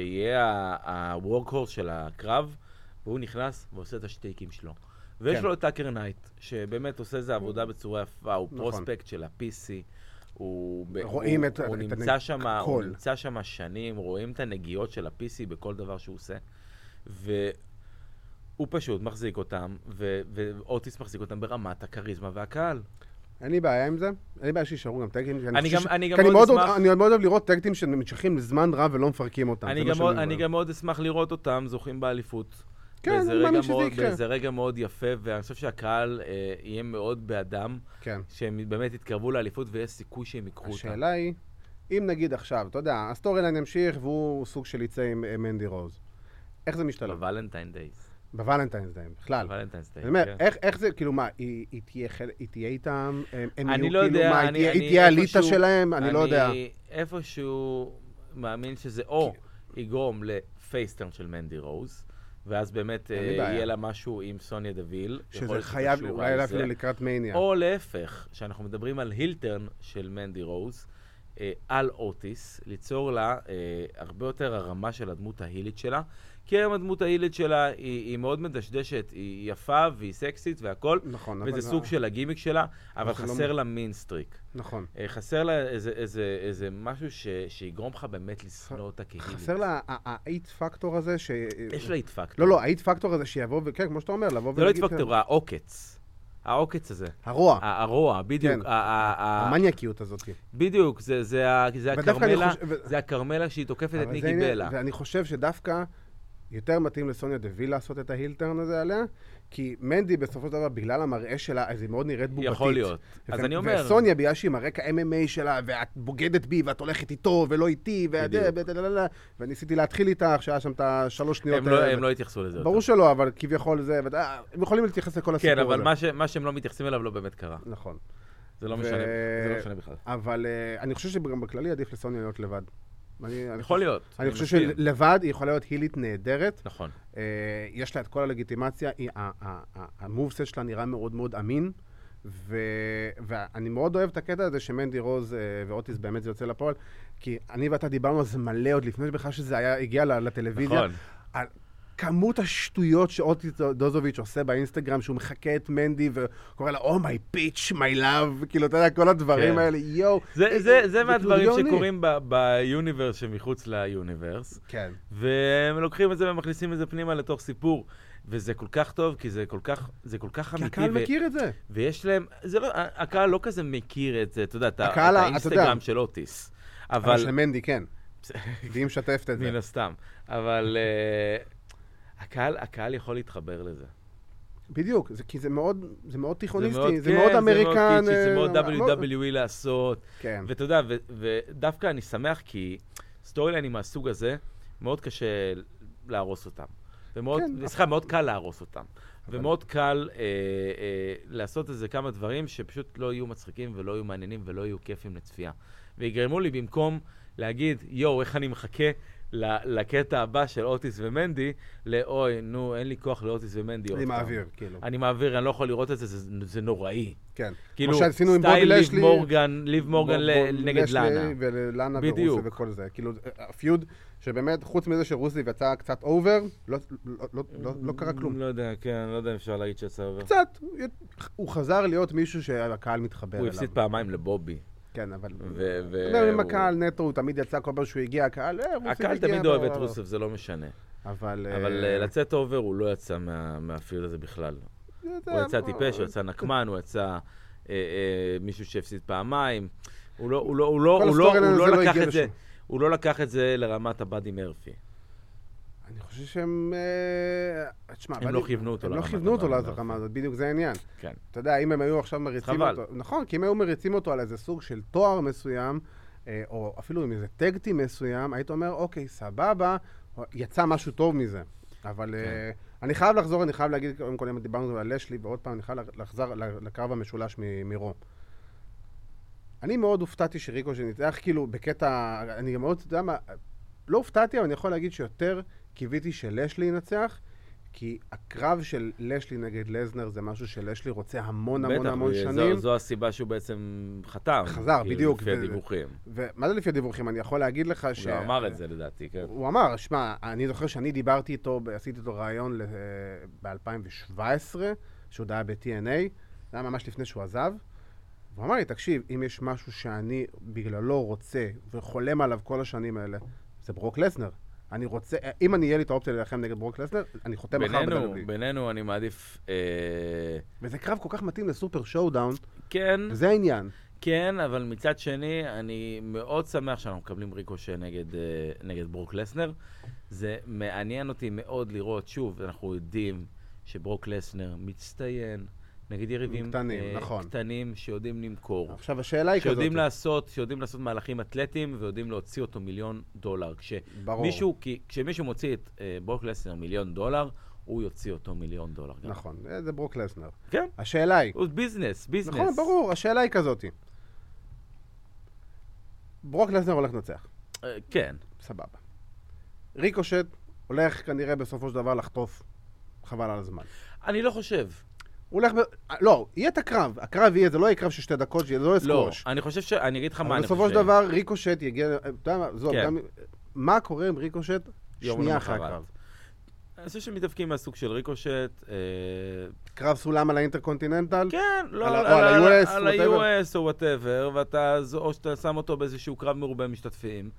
Speaker 2: שיהיה הוורקהורס של הקרב, והוא נכנס ועושה את השטייקים שלו. ויש
Speaker 1: כן.
Speaker 2: לו את טאקר נייט, שבאמת עושה איזה עבודה בצורה יפה, הוא
Speaker 1: נכון.
Speaker 2: פרוספקט של ה-PC. הוא, ב-
Speaker 1: רואים
Speaker 2: הוא,
Speaker 1: את-
Speaker 2: הוא
Speaker 1: את
Speaker 2: נמצא
Speaker 1: הנג-
Speaker 2: שם, הוא
Speaker 1: הכל.
Speaker 2: נמצא שם שנים, רואים את הנגיעות של ה-PC בכל דבר שהוא עושה. ו... הוא פשוט מחזיק אותם, ו- ואוטיס מחזיק אותם ברמת הכריזמה והקהל.
Speaker 1: אין לי בעיה עם זה, אין לי בעיה שיישארו גם טקטים. כי
Speaker 2: אני
Speaker 1: חושב
Speaker 2: גם-
Speaker 1: ש-
Speaker 2: אני גם
Speaker 1: כי
Speaker 2: מאוד
Speaker 1: מאוד
Speaker 2: אשמח-
Speaker 1: אני מאוד אוהב לראות טקטים שנמשכים לזמן רב ולא מפרקים אותם.
Speaker 2: אני
Speaker 1: זה מה
Speaker 2: גם
Speaker 1: שאני
Speaker 2: מאוד-
Speaker 1: אוהב.
Speaker 2: אני גם מאוד אשמח לראות אותם זוכים באליפות.
Speaker 1: כן,
Speaker 2: באיזה
Speaker 1: אני
Speaker 2: רגע
Speaker 1: מאמין שזה
Speaker 2: מאוד-
Speaker 1: יקרה.
Speaker 2: באיזה רגע מאוד יפה, ואני חושב שהקהל אה, יהיה מאוד בעדם,
Speaker 1: כן.
Speaker 2: שהם באמת יתקרבו לאליפות ויש סיכוי שהם ייקחו אותה.
Speaker 1: השאלה היא, אם נגיד עכשיו, אתה יודע, הסטורי ליין ימשיך והוא סוג של יצא עם אה, מנדי רוז, איך זה משתלב?
Speaker 2: בוולנטיין דייס.
Speaker 1: בוולנטיינסט דיין, בכלל.
Speaker 2: בוולנטיינס דייס.
Speaker 1: אני אומר,
Speaker 2: כן.
Speaker 1: איך- איך זה, כאילו מה, היא היא תהיה חלק- היא תהיה איתם? הם- הם
Speaker 2: אני
Speaker 1: יהיו
Speaker 2: לא
Speaker 1: כאילו,
Speaker 2: יודע,
Speaker 1: מה, היא
Speaker 2: אני-
Speaker 1: תהיה-
Speaker 2: אני
Speaker 1: היא תהיה הליטה
Speaker 2: איפשהו-
Speaker 1: שלהם? אני לא יודע.
Speaker 2: אני איפשהו מאמין שזה או יגרום לפייסטרן של מנדי רוז, ואז באמת
Speaker 1: אין לי
Speaker 2: אה,
Speaker 1: בעיה.
Speaker 2: יהיה לה משהו עם סוניה דוויל. יכול
Speaker 1: שזה
Speaker 2: להיות
Speaker 1: חייב,
Speaker 2: שקשור
Speaker 1: אולי
Speaker 2: על
Speaker 1: אפילו
Speaker 2: זה.
Speaker 1: לקראת מניה.
Speaker 2: או להפך, שאנחנו מדברים על הילטרן של מנדי רוז, אה, על אוטיס, ליצור לה אה, הרבה יותר הרמה של הדמות ההילית שלה. כי היום הדמות ההילית שלה היא, היא מאוד מדשדשת, היא יפה והיא סקסית והכל,
Speaker 1: נכון, אבל...
Speaker 2: וזה סוג של הגימיק שלה, אבל
Speaker 1: אנחנו לא-
Speaker 2: חסר לה מינסטריק.
Speaker 1: נכון.
Speaker 2: אה, חסר לה איזה, איזה, איזה משהו ש, שיגרום לך באמת לשנוא אותה כהילית.
Speaker 1: חסר לה האייט פקטור הזה ש...
Speaker 2: יש לה איטפקטור.
Speaker 1: לא, לא, האייט פקטור הזה שיבוא, וכן, כמו שאתה אומר, לבוא
Speaker 2: זה לא
Speaker 1: ולהגיד...
Speaker 2: איטפקטור, העוקץ. העוקץ הזה.
Speaker 1: הרוע,
Speaker 2: ה- הרוע, בדיוק.
Speaker 1: אה. כן.
Speaker 2: ה- ה- ה-
Speaker 1: המניאקיות הזאת.
Speaker 2: בדיוק, זה, זה, ה- זה
Speaker 1: ודווקא אני
Speaker 2: הכרמלה,
Speaker 1: חושב- ו-
Speaker 2: זה הכרמלה שהיא תוקפת את
Speaker 1: אבל זה
Speaker 2: ניקי
Speaker 1: עניין-
Speaker 2: בלה.
Speaker 1: ואני חושב שדווקא יותר מתאים לסוניה דוויל לעשות את ההילטרן הזה עליה, כי מנדי בסופו של דבר, בגלל המראה שלה, אז היא מאוד נראית בובתית.
Speaker 2: יכול להיות. אז
Speaker 1: ו-
Speaker 2: אני אומר,
Speaker 1: וסוניה, בגלל שהיא עם הרקע MMA שלה, ואת בוגדת בי, ואת הולכת איתו, ולא איתי, ואת...
Speaker 2: בדיוק.
Speaker 1: ודללה, וניסיתי להתחיל איתך, שהיה שם את השלוש שניות
Speaker 2: הם לא-
Speaker 1: האלה.
Speaker 2: הם לא התייחסו לזה יותר.
Speaker 1: ברור שלא, אבל כביכול זה, ואתה- הם יכולים להתייחס לכל הסיפור
Speaker 2: כן,
Speaker 1: הזה.
Speaker 2: אבל מה ש- מה שהם לא מתייחסים אליו לא באמת קרה.
Speaker 1: נכון.
Speaker 2: זה לא
Speaker 1: ו-
Speaker 2: משנה, זה לא משנה בכלל.
Speaker 1: אבל אה, אני חושב שגם בכללי עדיף לסוניה להיות לבד. אני- אני
Speaker 2: יכול
Speaker 1: חושב-
Speaker 2: להיות.
Speaker 1: אני חושב
Speaker 2: מסכים.
Speaker 1: שלבד היא יכולה להיות הילית נהדרת.
Speaker 2: נכון.
Speaker 1: אה, יש לה את כל הלגיטימציה, היא- ה- ה- ה- המובסט שלה נראה מאוד מאוד אמין, ו- ואני מאוד אוהב את הקטע הזה שמנדי רוז אה, ואוטיס באמת זה יוצא לפועל, כי אני ואתה דיברנו על זה מלא עוד לפני בכלל שזה היה, הגיע ל- לטלוויזיה.
Speaker 2: נכון.
Speaker 1: על כמות השטויות שאוטיס דוזוביץ' עושה באינסטגרם, שהוא מחקה את מנדי וקורא לה, Oh my bitch, my love, כאילו, אתה יודע, כל הדברים
Speaker 2: כן.
Speaker 1: האלה, יואו.
Speaker 2: זה- זה-
Speaker 1: אה,
Speaker 2: זה
Speaker 1: אה,
Speaker 2: מהדברים
Speaker 1: בריוני.
Speaker 2: שקורים ב- ביוניברס שמחוץ ליוניברס,
Speaker 1: כן.
Speaker 2: והם לוקחים את זה ומכניסים את זה פנימה לתוך סיפור. וזה כל כך טוב, כי זה כל כך, זה כל כך
Speaker 1: כי
Speaker 2: אמיתי.
Speaker 1: הקהל
Speaker 2: ו-
Speaker 1: מכיר את זה.
Speaker 2: ויש להם, זה לא, הקהל לא כזה מכיר את זה, אתה יודע, את ה-
Speaker 1: הקהל
Speaker 2: את
Speaker 1: ה- אתה
Speaker 2: האינסטגרם
Speaker 1: יודע.
Speaker 2: של אוטיס.
Speaker 1: אבל
Speaker 2: אבל,
Speaker 1: של מנדי, כן. והיא משתפת את זה.
Speaker 2: מן הסתם. אבל אה, הקהל, הקהל יכול להתחבר לזה.
Speaker 1: בדיוק, זה, כי זה מאוד, זה מאוד
Speaker 2: זה מאוד-
Speaker 1: תיכוניסטי, נכון, זה
Speaker 2: כן,
Speaker 1: מאוד אמריקן.
Speaker 2: קיצ'י, זה
Speaker 1: אה,
Speaker 2: מאוד
Speaker 1: מאוד-
Speaker 2: WWE לעשות.
Speaker 1: כן,
Speaker 2: ואתה יודע, ו- ודווקא אני שמח כי סטורי ליינים מהסוג הזה, מאוד קשה להרוס אותם. ומאוד,
Speaker 1: כן.
Speaker 2: סליחה, מאוד קל להרוס אותם. ומאוד קל אה, אה, לעשות איזה כמה דברים שפשוט לא יהיו מצחיקים ולא יהיו מעניינים ולא יהיו כיפים לצפייה. ויגרמו לי במקום להגיד, יואו, איך אני מחכה ל- לקטע הבא של אוטיס ומנדי, לאוי, נו, אין לי כוח לאוטיס ומנדי עוד
Speaker 1: אני
Speaker 2: פעם.
Speaker 1: מעביר, כאילו.
Speaker 2: אני מעביר, אני לא יכול לראות את זה, זה, זה נוראי.
Speaker 1: כן.
Speaker 2: כאילו,
Speaker 1: כמו שעשינו עם בובי
Speaker 2: סטייל
Speaker 1: לשלי.
Speaker 2: ליב מורגן, ליב מורגן
Speaker 1: ב-
Speaker 2: ל-
Speaker 1: ב-
Speaker 2: נגד
Speaker 1: לשלי לא-
Speaker 2: לאנה.
Speaker 1: ולאנה
Speaker 2: בדיוק.
Speaker 1: ורוסי וכל זה. כאילו, הפיוד, שבאמת, חוץ מזה שרוסי יצא קצת אובר, לא- לא- לא- לא לא קרה כלום.
Speaker 2: לא יודע, כן, לא יודע אם אפשר להגיד שיצא עובר.
Speaker 1: קצת, הוא חזר להיות מישהו שהקהל מתחבר
Speaker 2: הוא
Speaker 1: אליו.
Speaker 2: הפסיד פעמיים לבובי.
Speaker 1: כן, אבל...
Speaker 2: ו- ו-
Speaker 1: אתה יודע, עם
Speaker 2: הוא-
Speaker 1: הקהל נטו, הוא תמיד יצא כל פעם שהוא הגיע, הקהל, אה, רוסי
Speaker 2: הקהל
Speaker 1: מגיע,
Speaker 2: תמיד
Speaker 1: לא,
Speaker 2: אוהב
Speaker 1: לא,
Speaker 2: את
Speaker 1: לא.
Speaker 2: רוסף, זה לא משנה.
Speaker 1: אבל...
Speaker 2: אבל
Speaker 1: אה,
Speaker 2: אה, לצאת אובר, הוא לא יצא מה- מהפיוד הזה בכלל.
Speaker 1: זה-
Speaker 2: הוא יצא
Speaker 1: אה,
Speaker 2: טיפש, הוא יצא נקמן, הוא יצא אה, אה, מישהו שהפסיד פעמיים. הוא לא- הוא לא- הוא לא-
Speaker 1: כל
Speaker 2: הוא לא-
Speaker 1: הסטורי
Speaker 2: הוא
Speaker 1: הזה
Speaker 2: לא
Speaker 1: לא
Speaker 2: לקח
Speaker 1: הגיע
Speaker 2: את זה-
Speaker 1: לשם. אה,
Speaker 2: הוא לא לקח את זה לרמת הבאדי מרפי.
Speaker 1: אני חושב שהם... אה, תשמע,
Speaker 2: הם
Speaker 1: אבל
Speaker 2: לא כיוונו אותו
Speaker 1: הם לא
Speaker 2: לרמת
Speaker 1: כיוונו אותו
Speaker 2: הבמה,
Speaker 1: לרמה הזאת, בדיוק זה העניין.
Speaker 2: כן.
Speaker 1: אתה יודע, אם הם היו עכשיו מריצים
Speaker 2: חבל.
Speaker 1: אותו... נכון, כי אם היו מריצים אותו על איזה סוג של תואר מסוים, אה, או אפילו עם איזה טקטים מסוים, היית אומר, אוקיי, סבבה, יצא משהו טוב מזה.
Speaker 2: כן.
Speaker 1: אבל אה, אני חייב לחזור, אני חייב להגיד, קודם כל, אם דיברנו על לשלי, ועוד פעם, אני חייב לחזור ל- לקרב המשולש מ- מרום. אני מאוד הופתעתי שריקו שניצח, כאילו, בקטע... אני גם מאוד, אתה יודע מה, לא הופתעתי, אבל אני יכול להגיד שיותר קיוויתי שלשלי ינצח, כי הקרב של לשלי נגד לזנר זה משהו שלשלי רוצה המון המון
Speaker 2: בטח,
Speaker 1: המון
Speaker 2: זו-
Speaker 1: שנים.
Speaker 2: זו הסיבה שהוא בעצם חתם.
Speaker 1: חזר,
Speaker 2: כאילו,
Speaker 1: בדיוק,
Speaker 2: לפי
Speaker 1: ו-
Speaker 2: הדיווחים.
Speaker 1: ומה זה לפי הדיווחים? אני יכול להגיד לך ש...
Speaker 2: הוא גם אמר את זה לדעתי, כן.
Speaker 1: הוא אמר, שמע, אני זוכר שאני דיברתי איתו, ב- עשיתי איתו ראיון ב-2017, שהוא עוד היה ב-TNA, זה היה ממש לפני שהוא עזב. הוא אמר לי, תקשיב, אם יש משהו שאני בגללו רוצה וחולם עליו כל השנים האלה, זה ברוק לסנר. אני רוצה, אם אני יהיה לי את האופציה להילחם נגד ברוק לסנר, אני חותם מחר
Speaker 2: בינינו,
Speaker 1: ב-WWE.
Speaker 2: בינינו אני מעדיף... אה,
Speaker 1: וזה קרב כל כך מתאים לסופר שואודאון,
Speaker 2: כן,
Speaker 1: וזה העניין.
Speaker 2: כן, אבל מצד שני, אני מאוד שמח שאנחנו מקבלים ריקושה נגד, אה, נגד ברוק לסנר. זה מעניין אותי מאוד לראות, שוב, אנחנו יודעים שברוק לסנר מצטיין נגד יריבים אה,
Speaker 1: קטנים, נכון.
Speaker 2: קטנים שיודעים למכור.
Speaker 1: עכשיו, השאלה היא כזאת.
Speaker 2: שיודעים לעשות, שיודעים לעשות מהלכים אתלטיים ויודעים להוציא אותו מיליון דולר.
Speaker 1: ברור.
Speaker 2: כשמישהו, כי, כשמישהו מוציא את אה, ברוק לסנר מיליון דולר, הוא יוציא אותו מיליון דולר. גם.
Speaker 1: נכון, זה ברוק לסנר.
Speaker 2: כן,
Speaker 1: השאלה היא,
Speaker 2: הוא ביזנס, ביזנס.
Speaker 1: נכון, ברור, השאלה היא כזאת. ברוק לסנר הולך לנצח,
Speaker 2: אה, כן.
Speaker 1: סבבה. ריקושט הולך כנראה בסופו של דבר לחטוף, חבל על הזמן.
Speaker 2: אני לא חושב.
Speaker 1: הוא הולך ב... לא, יהיה את הקרב, הקרב יהיה, זה לא יהיה קרב של שתי דקות, זה לא יהיה
Speaker 2: לא,
Speaker 1: סקווש.
Speaker 2: אני חושב ש... אני אגיד לך מה
Speaker 1: אבל
Speaker 2: אני חושב.
Speaker 1: בסופו של דבר ריקושט יגיע, אתה יודע מה, זו,
Speaker 2: כן.
Speaker 1: גם... מה קורה עם ריקושט
Speaker 2: יום
Speaker 1: שנייה אחרי
Speaker 2: למחרת.
Speaker 1: הקרב?
Speaker 2: אני חושב שמתאבקים מהסוג של ריקושט. אה,
Speaker 1: קרב סולם על האינטרקונטיננטל?
Speaker 2: כן, לא,
Speaker 1: על ה-
Speaker 2: על
Speaker 1: או על
Speaker 2: ה-
Speaker 1: ה-US,
Speaker 2: על
Speaker 1: whatever.
Speaker 2: ה-US או וואטאבר, ואתה, ז- או שאתה שם אותו באיזשהו קרב מרובה משתתפים.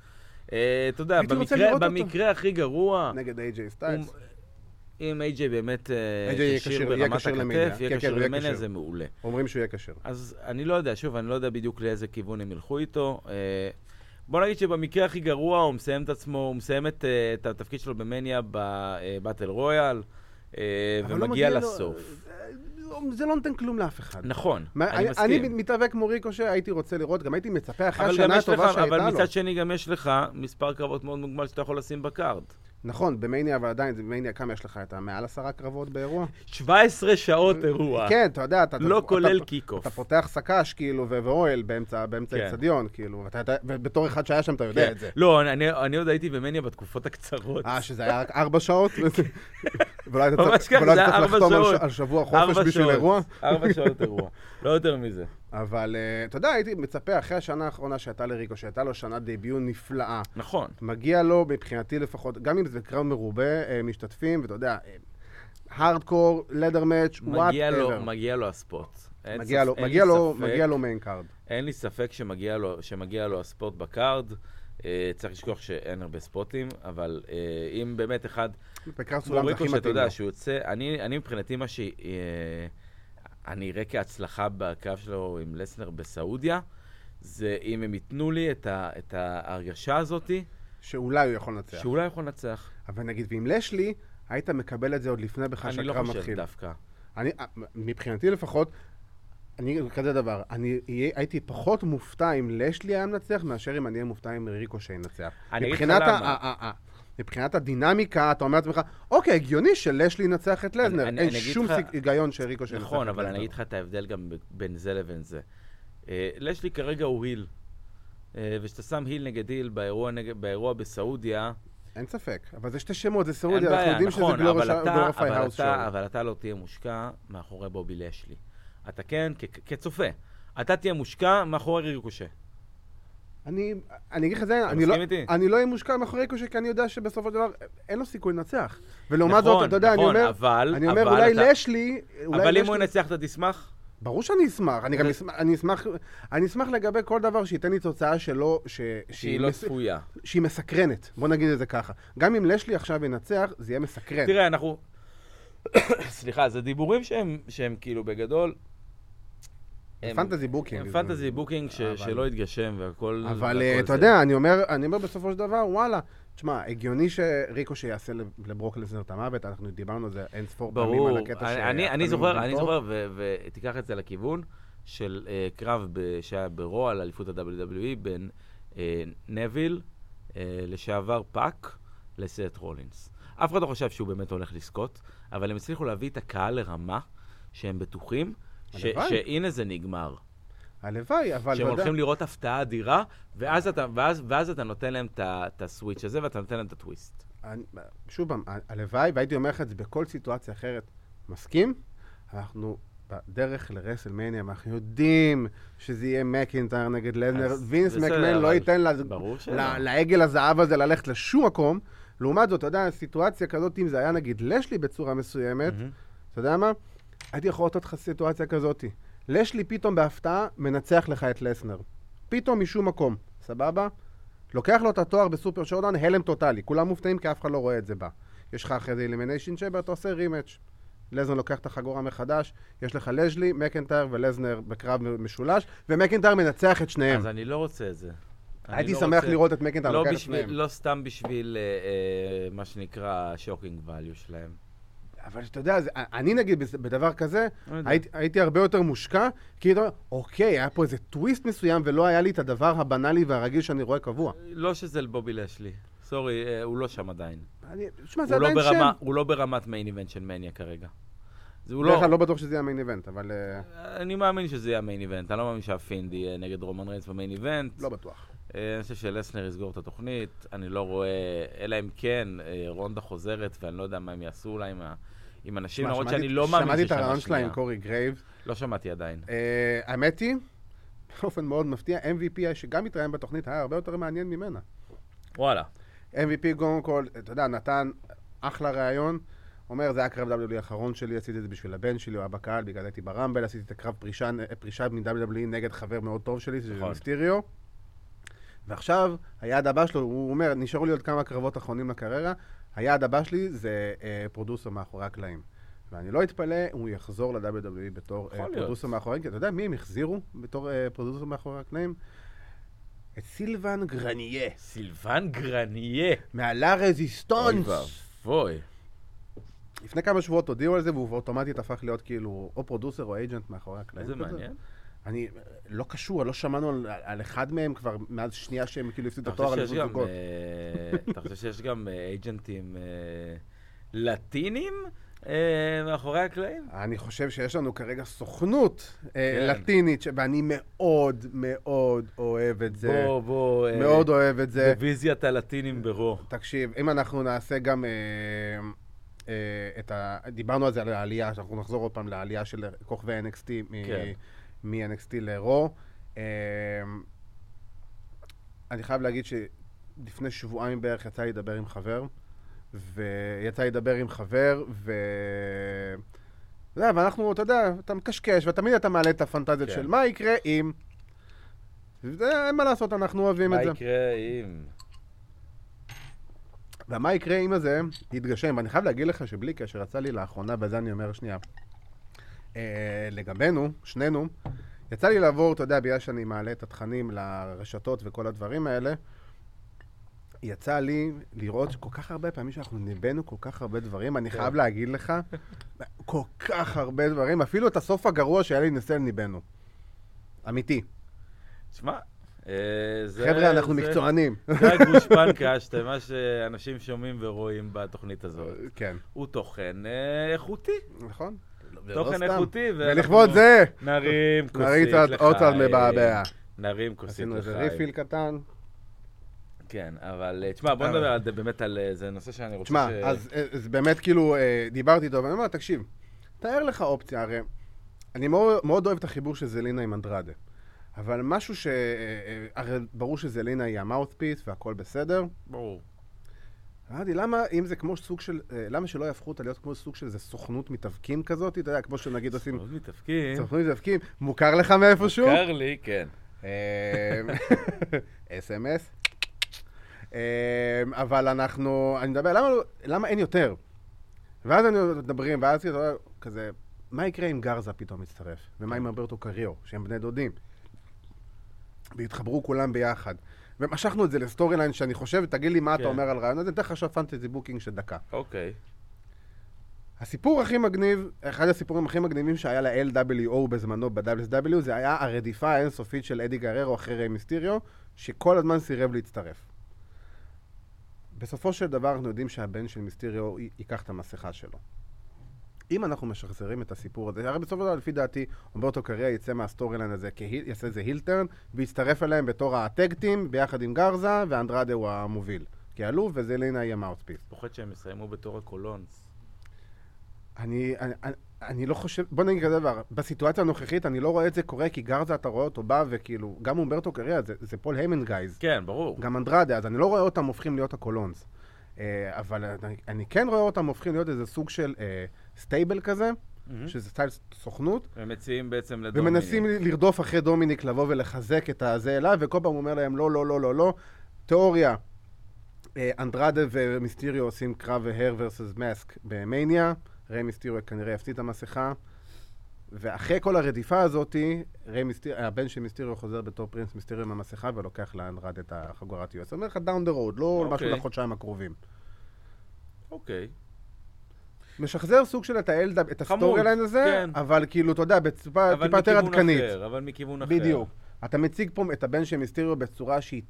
Speaker 2: אה, אתה יודע,
Speaker 1: הייתי רוצה
Speaker 2: במקרה-
Speaker 1: לראות אותו.
Speaker 2: במקרה הכי גרוע,
Speaker 1: נגד איי-ג'יי סטיילס.
Speaker 2: הוא- אם איי-ג'יי באמת אה,
Speaker 1: AJ יהיה
Speaker 2: כשיר
Speaker 1: כשיר- יהיה
Speaker 2: ברמת
Speaker 1: כשיר למניה.
Speaker 2: הכתף,
Speaker 1: כן,
Speaker 2: יהיה
Speaker 1: כן,
Speaker 2: כשיר
Speaker 1: הוא יהיה
Speaker 2: למניה,
Speaker 1: כשיר.
Speaker 2: זה מעולה.
Speaker 1: אומרים שהוא יהיה כשר.
Speaker 2: אז אני לא יודע, שוב, אני לא יודע בדיוק לאיזה כיוון הם ילכו איתו. אה, בוא נגיד שבמקרה הכי גרוע הוא מסיים את עצמו, הוא מסיים את, אה, את התפקיד שלו במניה בבטל רויאל, אה,
Speaker 1: אבל לא
Speaker 2: ומגיע
Speaker 1: לו-
Speaker 2: לסוף.
Speaker 1: זה- זה לא נותן כלום לאף אחד.
Speaker 2: נכון,
Speaker 1: מה-
Speaker 2: אני
Speaker 1: אני
Speaker 2: מסכים.
Speaker 1: מתאבק כמו ריקושה, הייתי רוצה לראות, גם הייתי מצפה אחרי
Speaker 2: אבל, גם
Speaker 1: השנה
Speaker 2: יש
Speaker 1: הטובה
Speaker 2: לך,
Speaker 1: שהייתה
Speaker 2: אבל
Speaker 1: לו.
Speaker 2: מצד שני גם יש לך מספר קרבות מאוד מוגבל שאתה יכול לשים בקארד.
Speaker 1: נכון, במאניה, אבל עדיין, זה במאניה כמה יש לך? אתה מעל עשרה קרבות באירוע?
Speaker 2: 17 שעות אירוע,
Speaker 1: כן, אתה יודע, אתה...
Speaker 2: לא
Speaker 1: אתה-
Speaker 2: כולל
Speaker 1: אתה-
Speaker 2: קיק-אוף.
Speaker 1: אתה פותח סק"ש, כאילו, ו- ואוהל באמצע באמצע
Speaker 2: כן.
Speaker 1: האצטדיון, כאילו, ואתה יודע- ובתור אחד שהיה שם, אתה יודע
Speaker 2: כן.
Speaker 1: את זה.
Speaker 2: לא, אני- אני עוד הייתי במניה בתקופות הקצרות.
Speaker 1: אה, שזה היה רק ארבע שעות? ולא היית
Speaker 2: ממש
Speaker 1: צריך
Speaker 2: ככה,
Speaker 1: ולא היית
Speaker 2: זה היה
Speaker 1: צריך
Speaker 2: ארבע
Speaker 1: לחתום על
Speaker 2: שעות.
Speaker 1: ש- על שבוע
Speaker 2: ארבע
Speaker 1: חופש בשביל
Speaker 2: שעות.
Speaker 1: אירוע?
Speaker 2: ארבע שעות אירוע, לא יותר מזה.
Speaker 1: אבל אה, אתה יודע, הייתי מצפה אחרי השנה האחרונה שהייתה לריקו, שהייתה לו שנת דביון נפלאה.
Speaker 2: נכון.
Speaker 1: מגיע לו, מבחינתי לפחות, גם אם זה קרב מרובה, אה, משתתפים, ואתה יודע, אה, הארדקור, לדר מאץ',
Speaker 2: מגיע לו,
Speaker 1: וואטאבר.
Speaker 2: מגיע לו הספוט. אין
Speaker 1: מגיע
Speaker 2: ספ-
Speaker 1: לו,
Speaker 2: אין לי
Speaker 1: מגיע לו,
Speaker 2: ספק-
Speaker 1: מגיע לו מיין קארד.
Speaker 2: אין לי ספק שמגיע לו, שמגיע לו הספוט בקארד. אה, צריך לשכוח שאין הרבה ספוטים, אבל אה, אם באמת אחד,
Speaker 1: בקרב
Speaker 2: כמו
Speaker 1: סולם זה הכי
Speaker 2: ריקו שאתה
Speaker 1: מתאים לו.
Speaker 2: יודע שהוא יוצא, אני, אני מבחינתי מה ש... אה, אני אראה כהצלחה בקרב שלו עם לסנר בסעודיה, זה אם הם ייתנו לי את, ה, את ההרגשה הזאתי,
Speaker 1: שאולי הוא יכול לנצח.
Speaker 2: שאולי יכול לנצח.
Speaker 1: אבל נגיד, ועם לשלי, היית מקבל את זה עוד לפני בכלל
Speaker 2: אני לא
Speaker 1: שהקרב
Speaker 2: חושב
Speaker 1: מתחיל.
Speaker 2: דווקא.
Speaker 1: אני, אה, מבחינתי לפחות, אני כזה דבר, אני אהיה- הייתי פחות מופתע אם לשלי היה מנצח, מאשר אם אני אהיה מופתע אם ריקו שינצח.
Speaker 2: אני אגיד לך
Speaker 1: מבחינת ה-
Speaker 2: למה.
Speaker 1: ה- ה- ה- מבחינת הדינמיקה, אתה אומר לעצמך, אוקיי, הגיוני שלשלי ינצח את לזנר.
Speaker 2: אני-
Speaker 1: אין
Speaker 2: אני אגיד
Speaker 1: שום
Speaker 2: לך-
Speaker 1: סיג- היגיון שריקו שינצח את לזנר.
Speaker 2: נכון, אבל אני אגיד לך את ההבדל גם ב- בין זה לבין זה. אה, לשלי כרגע הוא היל. אה, וכשאתה שם היל נגד היל באירוע, נג... באירוע בסעודיה,
Speaker 1: אין ספק, אבל זה שתי שמות, זה
Speaker 2: אין
Speaker 1: סעודיה, אנחנו
Speaker 2: בעיה,
Speaker 1: יודעים שזה
Speaker 2: נכון, אבל,
Speaker 1: גלורפיי
Speaker 2: אתה, אבל,
Speaker 1: האוס שואו.
Speaker 2: אתה, אבל אתה לא תהיה מושקע מאחורי בובי לשלי. אתה כן, כ- כ- כצופה. אתה תהיה מושקע מאחורי ריקושה.
Speaker 1: אני אני אגיד לך את זה, אני
Speaker 2: מסכים
Speaker 1: לא-
Speaker 2: איתי?
Speaker 1: אני לא אהיה מושקע מאחורי ריקושי, כי אני יודע שבסופו של דבר אין לו סיכוי לנצח. ולעומת זאת, אתה יודע, אני
Speaker 2: נכון,
Speaker 1: אומר,
Speaker 2: אבל,
Speaker 1: אני אומר,
Speaker 2: אבל
Speaker 1: אולי
Speaker 2: אתה-
Speaker 1: לשלי, אולי
Speaker 2: אבל אם
Speaker 1: לשלי-
Speaker 2: הוא ינצח, אתה תשמח?
Speaker 1: ברור שאני אשמח, אני גם
Speaker 2: זה-
Speaker 1: אשמח, אני אשמח, אני אשמח לגבי כל דבר שייתן לי תוצאה שלא, ש-
Speaker 2: שהיא לא
Speaker 1: מס-
Speaker 2: צפויה.
Speaker 1: שהיא מסקרנת, בוא נגיד את זה ככה. גם אם לשלי עכשיו ינצח, זה יהיה מסקרן.
Speaker 2: תראה, אנחנו... סליחה, זה דיבורים שהם, שהם כאילו בגדול... הם-
Speaker 1: פנטזי בוקינג. לא-
Speaker 2: הם פנטזי בוקינג ש-
Speaker 1: אבל-
Speaker 2: שלא התגשם והכל...
Speaker 1: אבל
Speaker 2: והכל
Speaker 1: אה,
Speaker 2: זה.
Speaker 1: אתה יודע, אני אומר, אני אומר בסופו של דבר, וואלה, תשמע, הגיוני שריקו שיעשה לב- לברוק לזנר את המוות, אנחנו דיברנו על זה אין ספור פעמים
Speaker 2: ברור.
Speaker 1: על הקטע
Speaker 2: אני-
Speaker 1: שהקטנים
Speaker 2: אני- אני
Speaker 1: עובדים
Speaker 2: זוכר, אני
Speaker 1: טוב.
Speaker 2: זוכר, ו- ותיקח את זה לכיוון של אה, קרב ב- שהיה ברוע על אליפות ה-WWE בין אה, נביל, אה, לשעבר פאק, לסט רולינס. אף אחד לא חשב שהוא באמת הולך לזכות, אבל הם הצליחו להביא את הקהל לרמה שהם בטוחים, ש-
Speaker 1: הלוואי.
Speaker 2: שהנה זה נגמר.
Speaker 1: הלוואי, אבל
Speaker 2: שהם
Speaker 1: אתה יודע,
Speaker 2: הולכים לראות הפתעה אדירה, ואז אתה, ואז, ואז אתה נותן להם את ה- את הסוויץ' הזה ואתה נותן להם את הטוויסט.
Speaker 1: אני- שוב פעם, ה- הלוואי, והייתי אומר לך את זה בכל סיטואציה אחרת, מסכים? אנחנו בדרך לרסלמניה, ואנחנו יודעים שזה יהיה מקינטייר נגד לזנר,
Speaker 2: אז
Speaker 1: וינס
Speaker 2: בסדר,
Speaker 1: מקמן לא
Speaker 2: אבל-
Speaker 1: ייתן לזה-
Speaker 2: ברור שלא.
Speaker 1: ל- לעגל הזהב הזה ללכת לשום מקום. לעומת זאת, אתה יודע, סיטואציה כזאת, אם זה היה נגיד לשלי בצורה מסוימת,
Speaker 2: מהמם.
Speaker 1: אתה יודע מה? הייתי יכול לתת לך סיטואציה כזאת. לשלי פתאום בהפתעה מנצח לך את לסנר. פתאום משום מקום, סבבה? לוקח לו את התואר בסופר שורדן, הלם טוטאלי. כולם מופתעים כי אף אחד לא רואה את זה בא. יש לך אחרי זה אלימיניישן צ'מבר, אתה עושה רימאץ'. לזנר לוקח את החגורה מחדש, יש לך לז'לי, מקנטייר ולזנר בקרב משולש, ומקנטייר מנצח את שניהם.
Speaker 2: אז אני לא רוצה את זה. אני
Speaker 1: הייתי
Speaker 2: לא
Speaker 1: שמח
Speaker 2: רוצה-
Speaker 1: לראות את מקנטייר
Speaker 2: לא,
Speaker 1: לוקח את
Speaker 2: בשביל,
Speaker 1: שניהם.
Speaker 2: לא סתם בשביל אה, אה, מה שנקרא שוקינג value שלהם.
Speaker 1: אבל אתה יודע, זה- אני נגיד בס- בדבר כזה,
Speaker 2: לא יודע.
Speaker 1: הייתי- הייתי הרבה יותר מושקע, כי אתה אומר, אוקיי, היה פה איזה טוויסט מסוים, ולא היה לי את הדבר הבנאלי והרגיל שאני רואה קבוע.
Speaker 2: לא שזה לבובי לשלי. סורי, אה, הוא לא שם עדיין.
Speaker 1: אני- שמע, זה
Speaker 2: הוא לא,
Speaker 1: עדיין שם.
Speaker 2: ברמה, הוא לא ברמת מיין איבנט של מניה כרגע. זה הוא
Speaker 1: בדרך
Speaker 2: לא...
Speaker 1: כלל לא בטוח שזה יהיה מיין איבנט, אבל אה,
Speaker 2: אני מאמין שזה יהיה המיין איבנט. אני לא מאמין שהפינד יהיה נגד רומן ריינס במיין איבנט.
Speaker 1: לא בטוח.
Speaker 2: אה, אני חושב שלסנר יסגור את התוכנית, אני לא רואה, אלא אם כן אה, רונדה חוזרת, ואני לא יודע מה הם יעשו אולי עם, ה... עם אנשים,
Speaker 1: שמע,
Speaker 2: למרות
Speaker 1: שמעתי-
Speaker 2: שאני לא מאמין
Speaker 1: שמעתי
Speaker 2: שזה
Speaker 1: את הרעיון
Speaker 2: שנה
Speaker 1: שלה
Speaker 2: שנייה.
Speaker 1: עם קורי גרייב.
Speaker 2: לא שמעתי עדיין.
Speaker 1: אה, האמת היא, באופן מאוד מפתיע, MVP שגם התראיין בתוכנית היה הרבה יותר מעניין ממנה.
Speaker 2: וואלה.
Speaker 1: MVP קודם כל, אתה יודע, נתן אחלה ראיון, אומר, זה היה קרב WWE האחרון שלי, עשיתי את זה בשביל הבן שלי, הוא היה בקהל, בגלל זה הייתי ברמבל, עשיתי את הקרב פרישה, פרישה מ-WWE נגד חבר מאוד טוב שלי, שזה
Speaker 2: נכון.
Speaker 1: מיסטיריו. ועכשיו, היעד הבא שלו, הוא אומר, נשארו לי עוד כמה קרבות אחרונים לקריירה, היעד הבא שלי זה אה, פרודוסו מאחורי הקלעים. ואני לא אתפלא אם הוא יחזור ל-WWE בתור אה,
Speaker 2: יכול להיות.
Speaker 1: פרודוסו מאחורי הקלעים, כי אתה יודע מי הם החזירו בתור אה, פרודוסו מאחורי הקלעים? את סילבן גרניה.
Speaker 2: סילבן גרניה.
Speaker 1: מעלה רזיסטונס.
Speaker 2: ואבוי.
Speaker 1: לפני כמה שבועות הודיעו על זה, והוא אוטומטית הפך להיות כאילו או פרודוסר או אייג'נט מאחורי הקלעים.
Speaker 2: איזה
Speaker 1: כזה.
Speaker 2: מעניין.
Speaker 1: אני לא קשור, לא שמענו על, על אחד מהם כבר מאז שנייה שהם כאילו הפסידו
Speaker 2: אתה
Speaker 1: את התואר
Speaker 2: חושב
Speaker 1: על
Speaker 2: שיש
Speaker 1: איזון
Speaker 2: גם,
Speaker 1: זוגות.
Speaker 2: אה, אתה חושב שיש גם אה, אייג'נטים אה, לטינים אה, מאחורי הקלעים?
Speaker 1: אני חושב שיש לנו כרגע סוכנות אה,
Speaker 2: כן.
Speaker 1: לטינית, ש- ואני מאוד מאוד אוהב את זה.
Speaker 2: בוא, בוא. אה,
Speaker 1: מאוד אוהב את זה.
Speaker 2: דיוויזיית הלטינים ברו.
Speaker 1: תקשיב, אם אנחנו נעשה גם אה, אה, את ה... דיברנו על זה, על העלייה, שאנחנו נחזור עוד פעם לעלייה של כוכבי NXT
Speaker 2: כן.
Speaker 1: מ-NXT לרו. אה, אני חייב להגיד שלפני שבועיים בערך יצא לי לדבר עם חבר, ויצא לי לדבר עם חבר, ו... אתה יודע, ואנחנו, אתה יודע, אתה מקשקש, ותמיד אתה מעלה את הפנטזיות
Speaker 2: כן.
Speaker 1: של מה יקרה אם... זה, אין מה לעשות, אנחנו אוהבים את
Speaker 2: מה
Speaker 1: זה.
Speaker 2: יקרה אם...
Speaker 1: ומה יקרה אם הזה יתגשם? ואני חייב להגיד לך שבלי קשר, יצא לי לאחרונה, ואת זה אני אומר שנייה. אה, לגבינו, שנינו, יצא לי לעבור, אתה יודע, בגלל שאני מעלה את התכנים לרשתות וכל הדברים האלה, יצא לי לראות כל כך הרבה פעמים שאנחנו ניבאנו כל כך הרבה דברים, אני
Speaker 2: כן.
Speaker 1: חייב להגיד לך, כל כך הרבה דברים, אפילו את הסוף הגרוע שהיה לי נסל ניבאנו. אמיתי.
Speaker 2: תשמע, אה, זה...
Speaker 1: חבר'ה, אנחנו
Speaker 2: זה-
Speaker 1: מקצוענים.
Speaker 2: זה הגושפנקה, שאתה- מה שאנשים שומעים ורואים בתוכנית הזאת.
Speaker 1: כן,
Speaker 2: הוא תוכן אה, איכותי.
Speaker 1: נכון? ולא
Speaker 2: תוכן
Speaker 1: סתם.
Speaker 2: איכותי. ואנחנו
Speaker 1: ולכבוד זה,
Speaker 2: נרים כוסית
Speaker 1: נריץ
Speaker 2: לחיים.
Speaker 1: עוד קצת מבעבע.
Speaker 2: נרים כוסית
Speaker 1: עשינו איזה
Speaker 2: לחיים.
Speaker 1: ריפיל קטן.
Speaker 2: כן, אבל אה, תשמע, בוא
Speaker 1: אבל-
Speaker 2: נדבר על זה, באמת על... אה, זה נושא שאני רוצה
Speaker 1: תשמע,
Speaker 2: ש-
Speaker 1: אז אה, אז באמת כאילו אה, דיברתי איתו, ואני אומר, תקשיב, תאר לך אופציה, הרי אני מאוד מאוד אוהב את החיבור של זלינה עם אנדרדה, אבל משהו ש... אה, אה, הרי ברור שזלינה היא המאוטפיס והכל בסדר.
Speaker 2: ברור.
Speaker 1: אמרתי, למה אם זה כמו סוג של... אה, למה שלא יהפכו אותה להיות כמו סוג של איזה סוכנות מתאבקים כזאת? אתה יודע, כמו שנגיד עושים...
Speaker 2: עוד מתאפקים.
Speaker 1: סוכנות מתאבקים, מוכר לך מאיפשהו?
Speaker 2: קר לי, כן.
Speaker 1: אמ, אס.אם.אס. אמ, אבל אנחנו, אני מדבר, למה, לא- למה אין יותר? ואז אני מדברים, ואז כאילו, אתה יודע, כזה, מה יקרה אם גרזה פתאום יצטרף? ומה עם אמברטו קריו, שהם בני דודים? והתחברו כולם ביחד. ומשכנו את זה לסטורי ליין שאני חושב, תגיד לי מה
Speaker 2: כן.
Speaker 1: אתה אומר על רעיון הזה, אני אתן לך עכשיו פנטזי בוקינג של דקה.
Speaker 2: אוקיי.
Speaker 1: הסיפור הכי מגניב, אחד הסיפורים הכי מגניבים שהיה ל-LWO בזמנו ב-WSW, זה היה הרדיפה האינסופית של אדי גררו אחרי ריי מיסטיריו, שכל הזמן סירב להצטרף. בסופו של דבר אנחנו יודעים שהבן של מיסטיריו י- ייקח את המסכה שלו. אם אנחנו משחזרים את הסיפור הזה, הרי בסופו של דבר, לפי דעתי, אומברטו קריה יצא מהסטורי ליין הזה, כהיל- יעשה איזה הילטרן, ויצטרף אליהם בתור הטקטים, ביחד עם גרזה, ואנדרדה הוא המוביל. כי עלו, וזלינה היא המאוטפיס.
Speaker 2: פוחד שהם יסיימו בתור הקולונס.
Speaker 1: אני, אני, אני, אני לא חושב, בוא נגיד כזה דבר, בסיטואציה הנוכחית אני לא רואה את זה קורה, כי גרזה אתה רואה אותו בא, וכאילו, גם אומברטו קריה זה, זה פול היימן גייז,
Speaker 2: כן, ברור.
Speaker 1: גם אנדרדה, אז אני לא רואה אותם הופכים להיות הקולונס. אה, אבל אני, אני כן רואה אותם הופכים להיות איזה סוג של אה, סטייבל כזה,
Speaker 2: מהמם.
Speaker 1: שזה סטייל סוכנות,
Speaker 2: הם מציעים בעצם לדומיניק.
Speaker 1: ומנסים לרדוף אחרי דומיניק לבוא ולחזק את הזה אליו, וכל פעם הוא אומר להם לא, לא, לא, לא, לא. תיאוריה, אה, אנדרדה ומיסטיריו עושים קרב הר versus מאסק במניה, ריי מיסטיריו כנראה יפסיד את המסכה, ואחרי כל הרדיפה הזאת, ריי מיסטיר... הבן של מיסטיריו חוזר בתור פרינס מיסטיריו עם המסכה ולוקח לאנדרדה את החגורת US. אני אומר לך דאון דה רוד, לא
Speaker 2: אוקיי.
Speaker 1: משהו לחודשיים הקרובים.
Speaker 2: אוקיי.
Speaker 1: משחזר סוג של את האלדה, את
Speaker 2: חמוד,
Speaker 1: הסטורי ליין הזה,
Speaker 2: כן.
Speaker 1: אבל כאילו, אתה יודע, בצורה
Speaker 2: אבל
Speaker 1: טיפה יותר
Speaker 2: מכיוון
Speaker 1: עדכנית.
Speaker 2: אחר, אבל מכיוון אחר.
Speaker 1: בדיוק. אתה מציג פה את הבן של מיסטריו בצורה שהיא...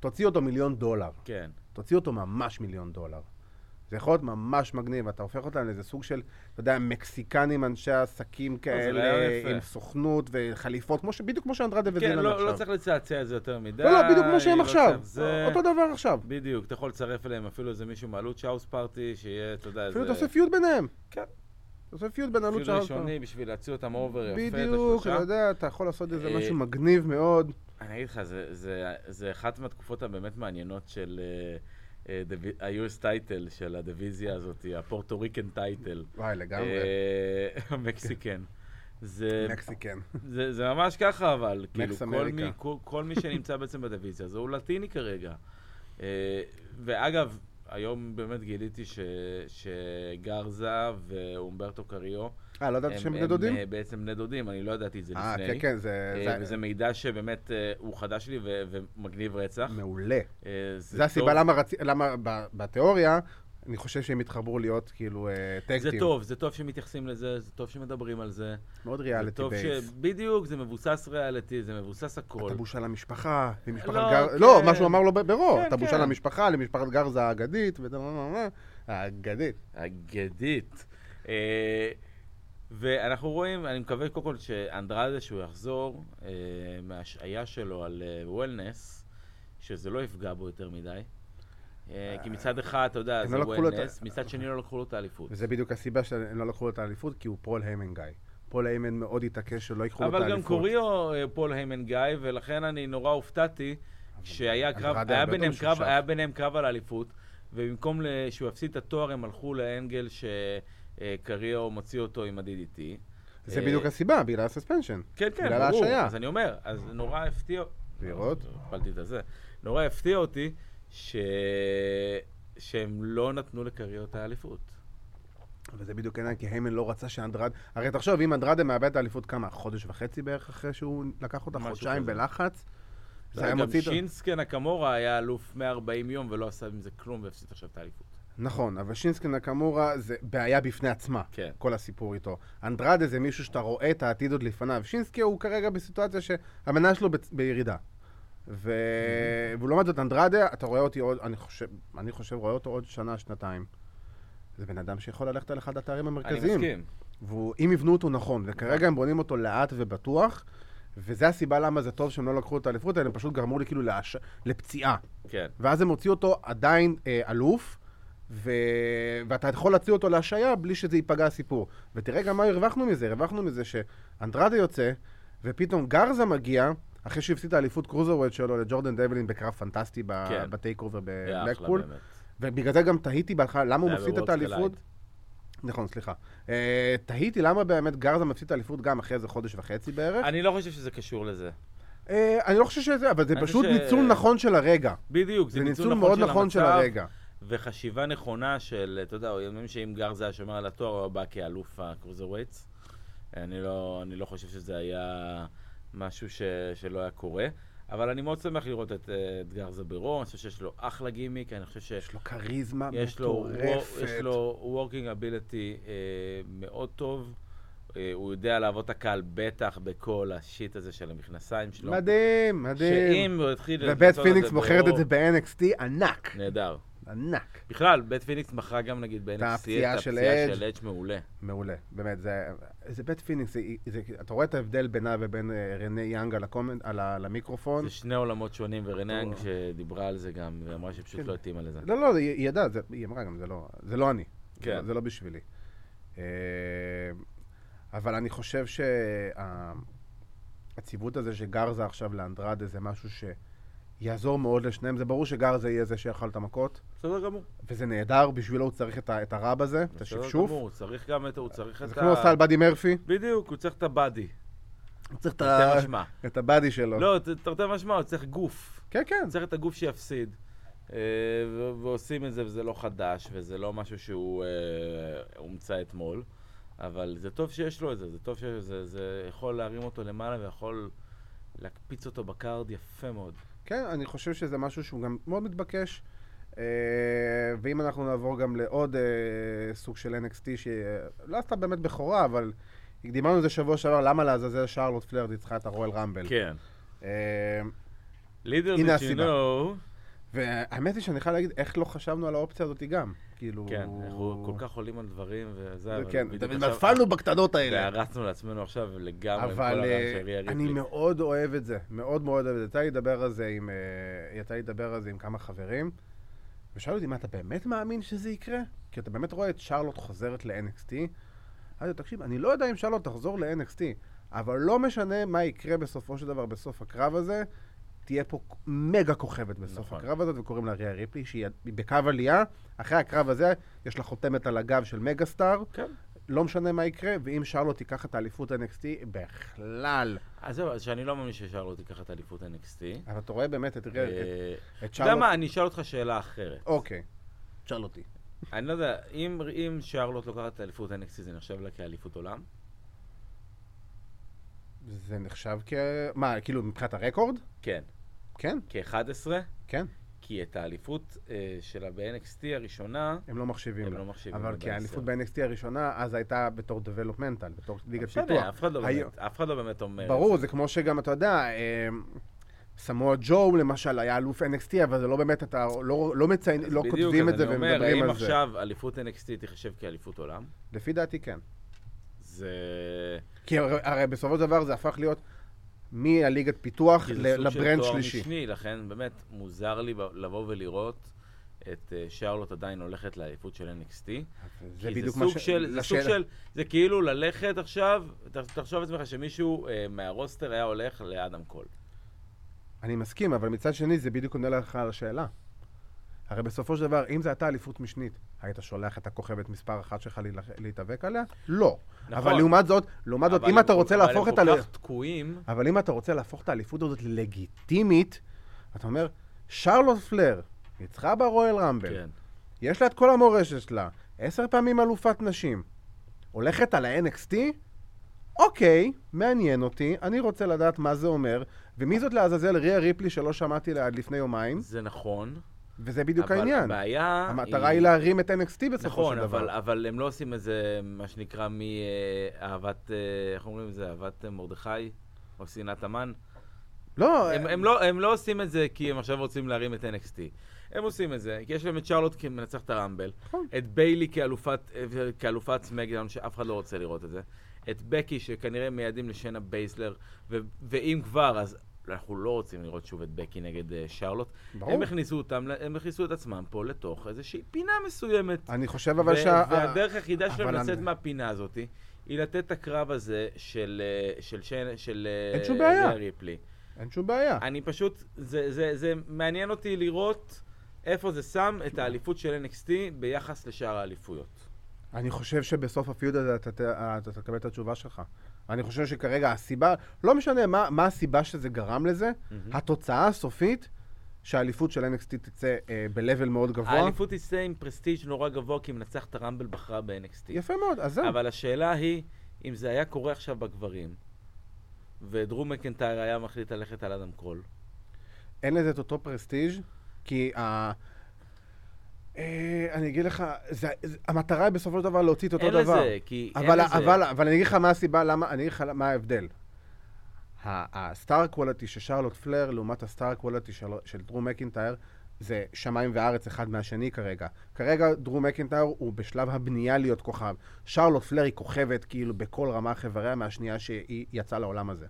Speaker 1: תוציא אותו מיליון דולר.
Speaker 2: כן.
Speaker 1: תוציא אותו ממש מיליון דולר. זה יכול להיות ממש מגניב, אתה הופך אותם לאיזה סוג של, אתה יודע, מקסיקנים, אנשי
Speaker 2: אה,
Speaker 1: עסקים
Speaker 2: רעיון
Speaker 1: כאלה,
Speaker 2: יפה.
Speaker 1: עם סוכנות וחליפות, כמו ש... בדיוק כמו שאנדרדה
Speaker 2: כן,
Speaker 1: וזינן
Speaker 2: לא,
Speaker 1: עכשיו.
Speaker 2: לא צריך לצעצע את זה יותר מדי.
Speaker 1: לא, לא, בדיוק כמו שהם
Speaker 2: לא
Speaker 1: עכשיו.
Speaker 2: צריך- זה...
Speaker 1: אותו דבר עכשיו.
Speaker 2: בדיוק, אתה יכול לצרף אליהם אפילו איזה מישהו מעלות שאוס פארטי, שיהיה, אתה יודע,
Speaker 1: אפילו
Speaker 2: איזה...
Speaker 1: תעשה פיוט ביניהם.
Speaker 2: כן.
Speaker 1: תעשה פיוט בין עלות
Speaker 2: פיוד
Speaker 1: שעה.
Speaker 2: ראשוני בשביל להציע אותם אובר יפה, את
Speaker 1: בדיוק, אתה
Speaker 2: השלושה.
Speaker 1: יודע, אתה יכול לעשות איזה
Speaker 2: אה,
Speaker 1: משהו מגניב מאוד.
Speaker 2: אני אגיד לך, זה, זה, זה אחת מהתקופות הבאמת מעניינות של אה, אה, דו- ה-US טייטל, של הדיוויזיה הזאת, הפורטו ריקן טייטל.
Speaker 1: וואי, לגמרי.
Speaker 2: המקסיקן. זה,
Speaker 1: מקסיקן.
Speaker 2: זה, זה ממש ככה, אבל, כאילו, כל
Speaker 1: אמריקה.
Speaker 2: מי, כל, כל מי שנמצא בעצם בדיוויזיה, זה הוא לטיני כרגע. אה, ואגב, היום באמת גיליתי ש, שגרזה ואומברטו קריו,
Speaker 1: אה, לא ידעת שהם בני דודים?
Speaker 2: אה, בעצם בני דודים, אני לא ידעתי את זה
Speaker 1: אה,
Speaker 2: לפני.
Speaker 1: כן, כן, זה...
Speaker 2: אה,
Speaker 1: זה-
Speaker 2: וזה מידע שבאמת אה, הוא חדש לי ו- ומגניב רצח.
Speaker 1: מעולה.
Speaker 2: אה,
Speaker 1: זה הסיבה
Speaker 2: טוב.
Speaker 1: למה רצי... למה ב- בתיאוריה, אני חושב שהם התחברו להיות כאילו אה, טג טים.
Speaker 2: זה טוב, זה טוב שמתייחסים לזה, זה טוב שמדברים על זה.
Speaker 1: מאוד
Speaker 2: זה
Speaker 1: ריאליטי
Speaker 2: טוב
Speaker 1: בייס.
Speaker 2: ש... בדיוק, זה מבוסס ריאליטי, זה מבוסס הכל.
Speaker 1: אתה בושה למשפחה,
Speaker 2: לא,
Speaker 1: ומשפחת גר... לא,
Speaker 2: כן.
Speaker 1: מה שהוא אמר לו ב- ברור,
Speaker 2: כן,
Speaker 1: אתה בושה
Speaker 2: כן.
Speaker 1: למשפחה, למשפחת גרזה האגדית, וזה... האגדית.
Speaker 2: אגדית. אה, ואנחנו רואים, אני מקווה קודם כל שאנדרדה, שהוא יחזור אה, מההשעיה שלו על וולנס, שזה לא יפגע בו יותר מדי. אה, כי מצד אחד, אתה יודע,
Speaker 1: הם
Speaker 2: זה
Speaker 1: לא לקחו לו את ה-
Speaker 2: וולנס, מצד שני לא לקחו לו את האליפות.
Speaker 1: וזה בדיוק הסיבה שהם לא לקחו לו את האליפות, כי הוא פול היימן גיא. פול היימן מאוד התעקש שלא ייקחו לו את
Speaker 2: אבל
Speaker 1: האליפות.
Speaker 2: גם קוריו אה, פול היימן גיא, ולכן אני נורא הופתעתי שהיה
Speaker 1: אנדרדה
Speaker 2: קרב,
Speaker 1: הרבה
Speaker 2: היה
Speaker 1: יותר
Speaker 2: ביניהם קרב,
Speaker 1: משופשף.
Speaker 2: היה ביניהם קרב על אליפות, ובמקום ל- שהוא יפסיד את התואר, הם הלכו לאנגל שקריו מוציא אותו עם ה-DDT.
Speaker 1: זה
Speaker 2: אה,
Speaker 1: בדיוק הסיבה, בגלל הסספנשן.
Speaker 2: כן, כן,
Speaker 1: בגלל
Speaker 2: ברור.
Speaker 1: ההשעיה.
Speaker 2: אז אני אומר, אז נורא הפתיע...
Speaker 1: לראות?
Speaker 2: הפלתי את הזה. נורא הפתיע אותי ש... שהם לא נתנו לקריו את האליפות.
Speaker 1: וזה בדיוק העניין, כי היימן לא רצה שאנדרד... הרי תחשוב, אם אנדרדה מאבד את האליפות כמה? חודש וחצי בערך אחרי שהוא לקח אותה?
Speaker 2: משהו
Speaker 1: חודשיים
Speaker 2: כזה.
Speaker 1: בלחץ? זה היה
Speaker 2: גם
Speaker 1: מוציא את... ה-
Speaker 2: שינסקי נקמורה היה אלוף 140 יום ולא עשה עם זה כלום והפסיד עכשיו את האליפות.
Speaker 1: נכון, אבל שינסקי נקמורה זה בעיה בפני עצמה,
Speaker 2: כן.
Speaker 1: כל הסיפור איתו. אנדרדה זה מישהו שאתה רואה את העתיד עוד לפניו. שינסקי הוא כרגע בסיטואציה שהמנה שלו ב- בירידה. ו... ולעומת זאת, אנדרדה, אתה רואה אותי עוד, אני חושב, אני חושב, רואה אותו עוד שנה, שנתיים. זה בן אדם שיכול ללכת על אחד התארים
Speaker 2: אני
Speaker 1: המרכזיים.
Speaker 2: מסכים.
Speaker 1: ואם יבנו אותו נכון, וכרגע הם בונים אותו לאט ובטוח, וזה הסיבה למה זה טוב שהם לא לקחו את האליפות, אלא הם פשוט גרמו לי כאילו להש... לפציעה.
Speaker 2: כן.
Speaker 1: ואז הם הוציאו אותו עדיין אה, אלוף, ו... ואתה יכול להוציא אותו להשעיה בלי שזה ייפגע הסיפור. ותראה גם מה הרווחנו מזה, הרווחנו מזה שאנדרדה יוצא, ופתאום גרזה מגיע, אחרי שהפסיד את האליפות קרוזרווייד שלו לג'ורדן דייבלין בקרב פנטסטי ב...
Speaker 2: כן.
Speaker 1: בטייק אובר
Speaker 2: היה אחלה
Speaker 1: בבלקפול,
Speaker 2: באמת.
Speaker 1: ובגלל זה גם תהיתי בהתחלה למה אה, הוא
Speaker 2: זה היה
Speaker 1: מפסיד את
Speaker 2: בוורלד
Speaker 1: האליפות.
Speaker 2: קלייד.
Speaker 1: נכון, סליחה. אה, תהיתי למה באמת גרזה מפסיד את האליפות גם אחרי איזה חודש וחצי בערך.
Speaker 2: אני לא חושב שזה קשור לזה.
Speaker 1: אה, אני לא חושב שזה, אבל זה
Speaker 2: אני
Speaker 1: פשוט
Speaker 2: חושב ש-
Speaker 1: ניצול נכון של הרגע.
Speaker 2: בדיוק, זה ניצול
Speaker 1: מאוד
Speaker 2: של
Speaker 1: נכון של
Speaker 2: המצב,
Speaker 1: הרגע.
Speaker 2: וחשיבה נכונה של, אתה יודע, ימים שאם גרז היה שומר על התואר, הוא היה בא כאלוף הקרוזרווייטס. אני לא, אני לא חושב שזה היה משהו ש, שלא היה קורה, אבל אני מאוד שמח לראות את, אה, את גרזה ברו, אני חושב שיש לו אחלה גימיק, אני חושב שיש
Speaker 1: יש לו כריזמה
Speaker 2: יש לו,
Speaker 1: מטורפת.
Speaker 2: יש לו working ability אה, מאוד טוב. אה, הוא יודע לעבוד את הקהל בטח בכל השיט הזה של המכנסיים שלו.
Speaker 1: מדהים, מדהים.
Speaker 2: שאם הוא התחיל...
Speaker 1: ובית
Speaker 2: לעשות את
Speaker 1: פיניקס מוכרת
Speaker 2: ברור,
Speaker 1: את זה ב-NXT ענק.
Speaker 2: נהדר.
Speaker 1: ענק.
Speaker 2: בכלל, בית פיניקס מכרה גם נגיד ב-NXT את
Speaker 1: הפציעה של אדג'.
Speaker 2: הפציעה של אדג' מעולה.
Speaker 1: מעולה, באמת, זה, זה בית פיניקס, זה, זה, אתה רואה את ההבדל בינה ובין אה, רנה יאנג על, הקומנ, על, ה- על המיקרופון?
Speaker 2: זה שני עולמות שונים, ורננג
Speaker 1: ברור.
Speaker 2: שדיברה על זה גם, והיא אמרה שפשוט
Speaker 1: כן.
Speaker 2: לא התאימה לזה.
Speaker 1: לא, לא, היא, היא ידעה, זה, היא אמרה גם, זה לא, זה לא אני.
Speaker 2: כן.
Speaker 1: זה, זה לא בשבילי. אה, אבל אני חושב שהציוות הזה שגרזה עכשיו לאנדרדה זה משהו שיעזור מאוד לשניהם. זה ברור שגרזה יהיה זה שיאכל את המכות,
Speaker 2: בסדר גמור.
Speaker 1: וזה נהדר, בשבילו הוא צריך את, ה- את הרב הזה, את
Speaker 2: בסדר
Speaker 1: השפשוף.
Speaker 2: גמור, הוא צריך גם את... הוא צריך
Speaker 1: זה
Speaker 2: את
Speaker 1: כמו עשה על באדי מרפי.
Speaker 2: בדיוק, הוא צריך את הבאדי.
Speaker 1: הוא צריך את ה-
Speaker 2: תרתי משמע.
Speaker 1: את הבאדי שלו.
Speaker 2: לא, ת- תרתי משמע, הוא צריך גוף.
Speaker 1: כן, כן.
Speaker 2: צריך את הגוף שיפסיד. אה, ו- ועושים את זה, וזה לא חדש, וזה לא משהו שהוא אה, הומצא אתמול. אבל זה טוב שיש לו את זה, זה טוב שיש זה, זה יכול להרים אותו למעלה ויכול להקפיץ אותו בקארד יפה מאוד.
Speaker 1: כן, אני חושב שזה משהו שהוא גם מאוד מתבקש. אה, ואם אנחנו נעבור גם לעוד אה, סוג של NXT שלא אה, לא עשתה באמת בכורה, אבל דיברנו על זה שבוע שעבר, למה לעזאזל שרלוט פלר ניצחה את הרואל רמבל.
Speaker 2: כן.
Speaker 1: אה,
Speaker 2: לידר
Speaker 1: הנה
Speaker 2: did you
Speaker 1: הסיבה.
Speaker 2: know.
Speaker 1: והאמת היא שאני חייב להגיד, איך לא חשבנו על האופציה הזאת גם? כאילו...
Speaker 2: כן, אנחנו כל כך עולים על דברים, וזה...
Speaker 1: זה
Speaker 2: אבל
Speaker 1: כן,
Speaker 2: בדיוק
Speaker 1: תמיד
Speaker 2: עכשיו-
Speaker 1: נפלנו בקטנות האלה.
Speaker 2: והרצנו לעצמנו עכשיו לגמרי, עם כל
Speaker 1: אבל
Speaker 2: הרעש
Speaker 1: אה,
Speaker 2: שהריה
Speaker 1: אני
Speaker 2: ריבלין.
Speaker 1: מאוד אוהב את זה, מאוד מאוד אוהב את זה. יצא לי לדבר על זה עם, אה, יצא לי לדבר על זה עם כמה חברים, ושאלו אותי, מה, אתה באמת מאמין שזה יקרה? כי אתה באמת רואה את שרלוט חוזרת ל-NXT? אמרתי לו, תקשיב, אני לא יודע אם שרלוט תחזור ל-NXT, אבל לא משנה מה יקרה בסופו של דבר בסוף הקרב הזה, תהיה פה מגה כוכבת בסוף
Speaker 2: נכון.
Speaker 1: הקרב הזאת, וקוראים לה ריה ריפלי, שהיא בקו עלייה, אחרי הקרב הזה, יש לה חותמת על הגב של מגה סטאר,
Speaker 2: כן.
Speaker 1: לא משנה מה יקרה, ואם שרלוט תיקח את האליפות NXT, בכלל.
Speaker 2: אז זהו, אז שאני לא מאמין ששרלוט תיקח את אליפות NXT.
Speaker 1: אבל אתה רואה באמת את, את,
Speaker 2: אה,
Speaker 1: את
Speaker 2: אתה יודע
Speaker 1: כן, שרלוט...
Speaker 2: מה, אני אשאל אותך שאלה אחרת.
Speaker 1: אוקיי. שרלוטי.
Speaker 2: אני לא יודע, אם, אם שרלוט לוקחת את אליפות NXT, זה נחשב לה כאליפות עולם?
Speaker 1: זה נחשב כ... מה, כאילו מבחינת הרקורד?
Speaker 2: כן.
Speaker 1: כן,
Speaker 2: כ-11?
Speaker 1: כן.
Speaker 2: כי את האליפות אה, שלה ב-NXT הראשונה,
Speaker 1: הם לא מחשיבים
Speaker 2: הם
Speaker 1: לה.
Speaker 2: לא מחשיבים.
Speaker 1: אבל
Speaker 2: לה
Speaker 1: כי האליפות
Speaker 2: ב-10.
Speaker 1: ב-NXT הראשונה, אז הייתה בתור developmental, בתור ליגת
Speaker 2: בסדר,
Speaker 1: פיתוח.
Speaker 2: אף אחד לא
Speaker 1: היו-
Speaker 2: באמת- אף אחד לא באמת אומר.
Speaker 1: ברור, זה כמו שגם, אתה יודע, אמ, סמואל ג'ו למשל היה אלוף NXT, אבל זה לא באמת, אתה לא- לא מציינים,
Speaker 2: אז
Speaker 1: לא
Speaker 2: בדיוק,
Speaker 1: כותבים
Speaker 2: אז
Speaker 1: את זה
Speaker 2: אני אומר,
Speaker 1: ומדברים
Speaker 2: האם
Speaker 1: על זה.
Speaker 2: עכשיו אליפות NXT תיחשב כאליפות עולם?
Speaker 1: לפי דעתי כן.
Speaker 2: זה...
Speaker 1: כי הרי הרי בסופו של דבר זה הפך להיות מהליגת פיתוח
Speaker 2: כי זה
Speaker 1: ל-
Speaker 2: סוג של
Speaker 1: לברנד
Speaker 2: תואר
Speaker 1: שלישי.
Speaker 2: משני, לכן באמת מוזר לי ב- לבוא ולראות את אה, שרלוט עדיין הולכת לאליפות של NXT.
Speaker 1: זה
Speaker 2: כי
Speaker 1: בדיוק
Speaker 2: סוג
Speaker 1: מה ש...
Speaker 2: של, זה סוג
Speaker 1: לשאלה-
Speaker 2: של, זה כאילו ללכת עכשיו, ת- תחשוב לעצמך שמישהו אה, מהרוסטר היה הולך לאדם קול.
Speaker 1: אני מסכים, אבל מצד שני זה בדיוק עונה לך על השאלה. הרי בסופו של דבר, אם זו הייתה אליפות משנית, היית שולח את הכוכבת מספר אחת שלך להילח- להתאבק עליה? לא.
Speaker 2: נכון.
Speaker 1: אבל לעומת זאת, לעומת זאת,
Speaker 2: אבל
Speaker 1: אם
Speaker 2: הם
Speaker 1: אתה
Speaker 2: כל-
Speaker 1: רוצה להפוך את
Speaker 2: אבל הם
Speaker 1: ה...
Speaker 2: כל כך תקועים,
Speaker 1: אבל אם אתה רוצה להפוך את האליפות הזאת ללגיטימית, אתה אומר, שרלוט פלר ניצחה ברואל רמבל,
Speaker 2: כן.
Speaker 1: יש לה את כל המורשת שלה, עשר פעמים אלופת נשים. הולכת על ה-NXT? אוקיי, מעניין אותי, אני רוצה לדעת מה זה אומר, ומי זאת לעזאזל ריה ריפלי שלא שמעתי לה עד לפני יומיים,
Speaker 2: זה נכון.
Speaker 1: וזה בדיוק
Speaker 2: אבל
Speaker 1: העניין.
Speaker 2: הבעיה...
Speaker 1: המטרה היא להרים את NXT בסופו
Speaker 2: נכון,
Speaker 1: של דבר.
Speaker 2: אבל, אבל הם לא עושים את זה, מה שנקרא, מאהבת, אה, איך אומרים את זה, אהבת אה, מרדכי, או שנאת המן.
Speaker 1: לא,
Speaker 2: הם, הם, לא, הם לא עושים את זה כי הם עכשיו רוצים להרים את NXT. הם עושים את זה, כי יש להם את שרלוט כמנצחת הרמבל,
Speaker 1: נכון.
Speaker 2: את ביילי כאלופת, אה, כאלופת סמקדאון, שאף אחד לא רוצה לראות את זה, את בקי שכנראה מיידים לשנה בייסלר, ו- ואם כבר, אז אנחנו לא רוצים לראות שוב את בקי נגד אה, שרלוט.
Speaker 1: ברור.
Speaker 2: הם הכניסו, אותם, ל- הם הכניסו את עצמם פה לתוך איזושהי פינה מסוימת.
Speaker 1: אני חושב אבל
Speaker 2: ו-
Speaker 1: שה...
Speaker 2: והדרך היחידה שלהם
Speaker 1: אבל
Speaker 2: לצאת
Speaker 1: אני-
Speaker 2: מהפינה הזאת היא לתת את הקרב הזה של, אה, של, של, של אה,
Speaker 1: אין שום בעיה.
Speaker 2: לאה ריפלי.
Speaker 1: אין שום בעיה.
Speaker 2: אני פשוט, זה, זה, זה מעניין אותי לראות איפה זה שם את האליפות של NXT ביחס לשאר האליפויות.
Speaker 1: אני חושב שבסוף הפיוד הזה אתה, אתה, אתה תקבל את התשובה שלך. אני חושב שכרגע הסיבה, לא משנה מה, מה הסיבה שזה גרם לזה,
Speaker 2: מהמם.
Speaker 1: התוצאה הסופית, שהאליפות של NXT תצא אה, ב-level מאוד גבוה.
Speaker 2: האליפות תצא עם פרסטיג' נורא גבוה כי מנצחת הרמבל בחרה ב-NXT.
Speaker 1: יפה מאוד, אז זהו.
Speaker 2: אבל השאלה היא, אם זה היה קורה עכשיו בגברים, ודרום מקנטייר היה מחליט ללכת על אדם קרול,
Speaker 1: אין לזה את אותו פרסטיג', כי ה... אה, אני אגיד לך, זה, זה, המטרה היא בסופו של דבר להוציא את אותו
Speaker 2: אין
Speaker 1: דבר.
Speaker 2: לזה, כי אין
Speaker 1: אבל,
Speaker 2: לזה.
Speaker 1: אבל, אבל אני אגיד לך מה הסיבה, למה, אני אגיד לך מה ההבדל. הסטאר קוולטי של שרלוט פלר לעומת הסטאר קוולטי של, של דרום מקינטייר זה שמיים וארץ אחד מהשני כרגע. כרגע דרום מקינטייר הוא בשלב הבנייה להיות כוכב. שרלוט פלר היא כוכבת כאילו בכל רמה חבריה מהשנייה שהיא יצאה לעולם הזה.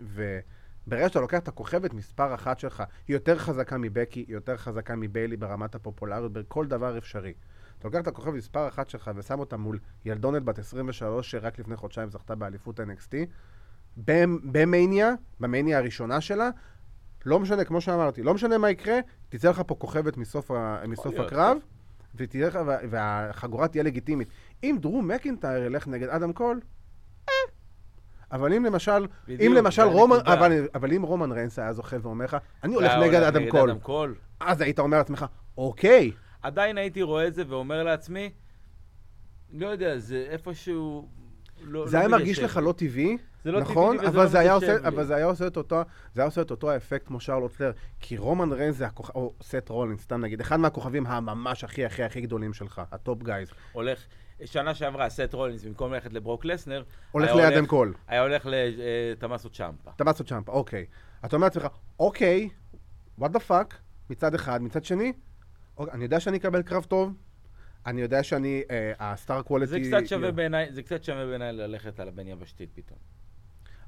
Speaker 1: וברגע שאתה לוקח את הכוכבת מספר אחת שלך, היא יותר חזקה מבקי, היא יותר חזקה מביילי ברמת הפופולריות, בכל דבר אפשרי. אתה לוקח את הכוכב מספר אחת שלך ושם אותה מול ילדונת בת 23 שרק לפני חודשיים זכתה באליפות NXT, במ- במניה, במניה הראשונה שלה, לא משנה, כמו שאמרתי, לא משנה מה יקרה, תצא לך פה כוכבת מסוף, ה- מסוף
Speaker 2: להיות. כן.
Speaker 1: הקרב, ותהיה לך, וה- והחגורה תהיה לגיטימית. אם דרום מקינטייר ילך נגד אדם קול, אה. אבל אם למשל, אם
Speaker 2: בדיוק,
Speaker 1: למשל
Speaker 2: זה
Speaker 1: רומן,
Speaker 2: הנקודה.
Speaker 1: אבל, אבל אם רומן ריינס היה זוכה ואומר לך, אני הולך
Speaker 2: אתה
Speaker 1: נגד
Speaker 2: אה, הולך
Speaker 1: אדם קול,
Speaker 2: אדם לא, קול.
Speaker 1: אז היית אומר לעצמך, אוקיי,
Speaker 2: עדיין הייתי רואה את זה ואומר לעצמי, לא יודע, זה איפשהו... לא,
Speaker 1: זה
Speaker 2: לא
Speaker 1: היה מרגיש
Speaker 2: מתיישב
Speaker 1: לך
Speaker 2: לי.
Speaker 1: לא טבעי,
Speaker 2: זה לא
Speaker 1: נכון?
Speaker 2: טבעי וזה
Speaker 1: אבל
Speaker 2: לא
Speaker 1: זה היה
Speaker 2: מתיישב
Speaker 1: עושה-
Speaker 2: לי.
Speaker 1: אבל זה היה עושה את אותו- זה היה עושה את אותו האפקט כמו שרלוט פלר, כי רומן ריינס זה הכוכב, או סט רולינס, סתם נגיד, אחד מהכוכבים הממש הכי הכי הכי גדולים שלך, הטופ גייז,
Speaker 2: הולך, שנה שעברה, סט רולינס, במקום ללכת לברוק לסנר,
Speaker 1: הולך
Speaker 2: היה
Speaker 1: לידם קול.
Speaker 2: היה הולך לתמאסו צ'אמפה.
Speaker 1: אתה בא לעשות צ'אמפ, אוקיי. אתה אומר לעצמך, אוקיי, what the fuck, מצד אחד, מצד שני, אוקיי, אני יודע שאני אקבל קרב טוב, אני יודע שאני, אה, הסטאר קוולטי...
Speaker 2: זה קצת שווה בעיניי, זה קצת שווה בעיניי ללכת על הבן יבשתית פתאום.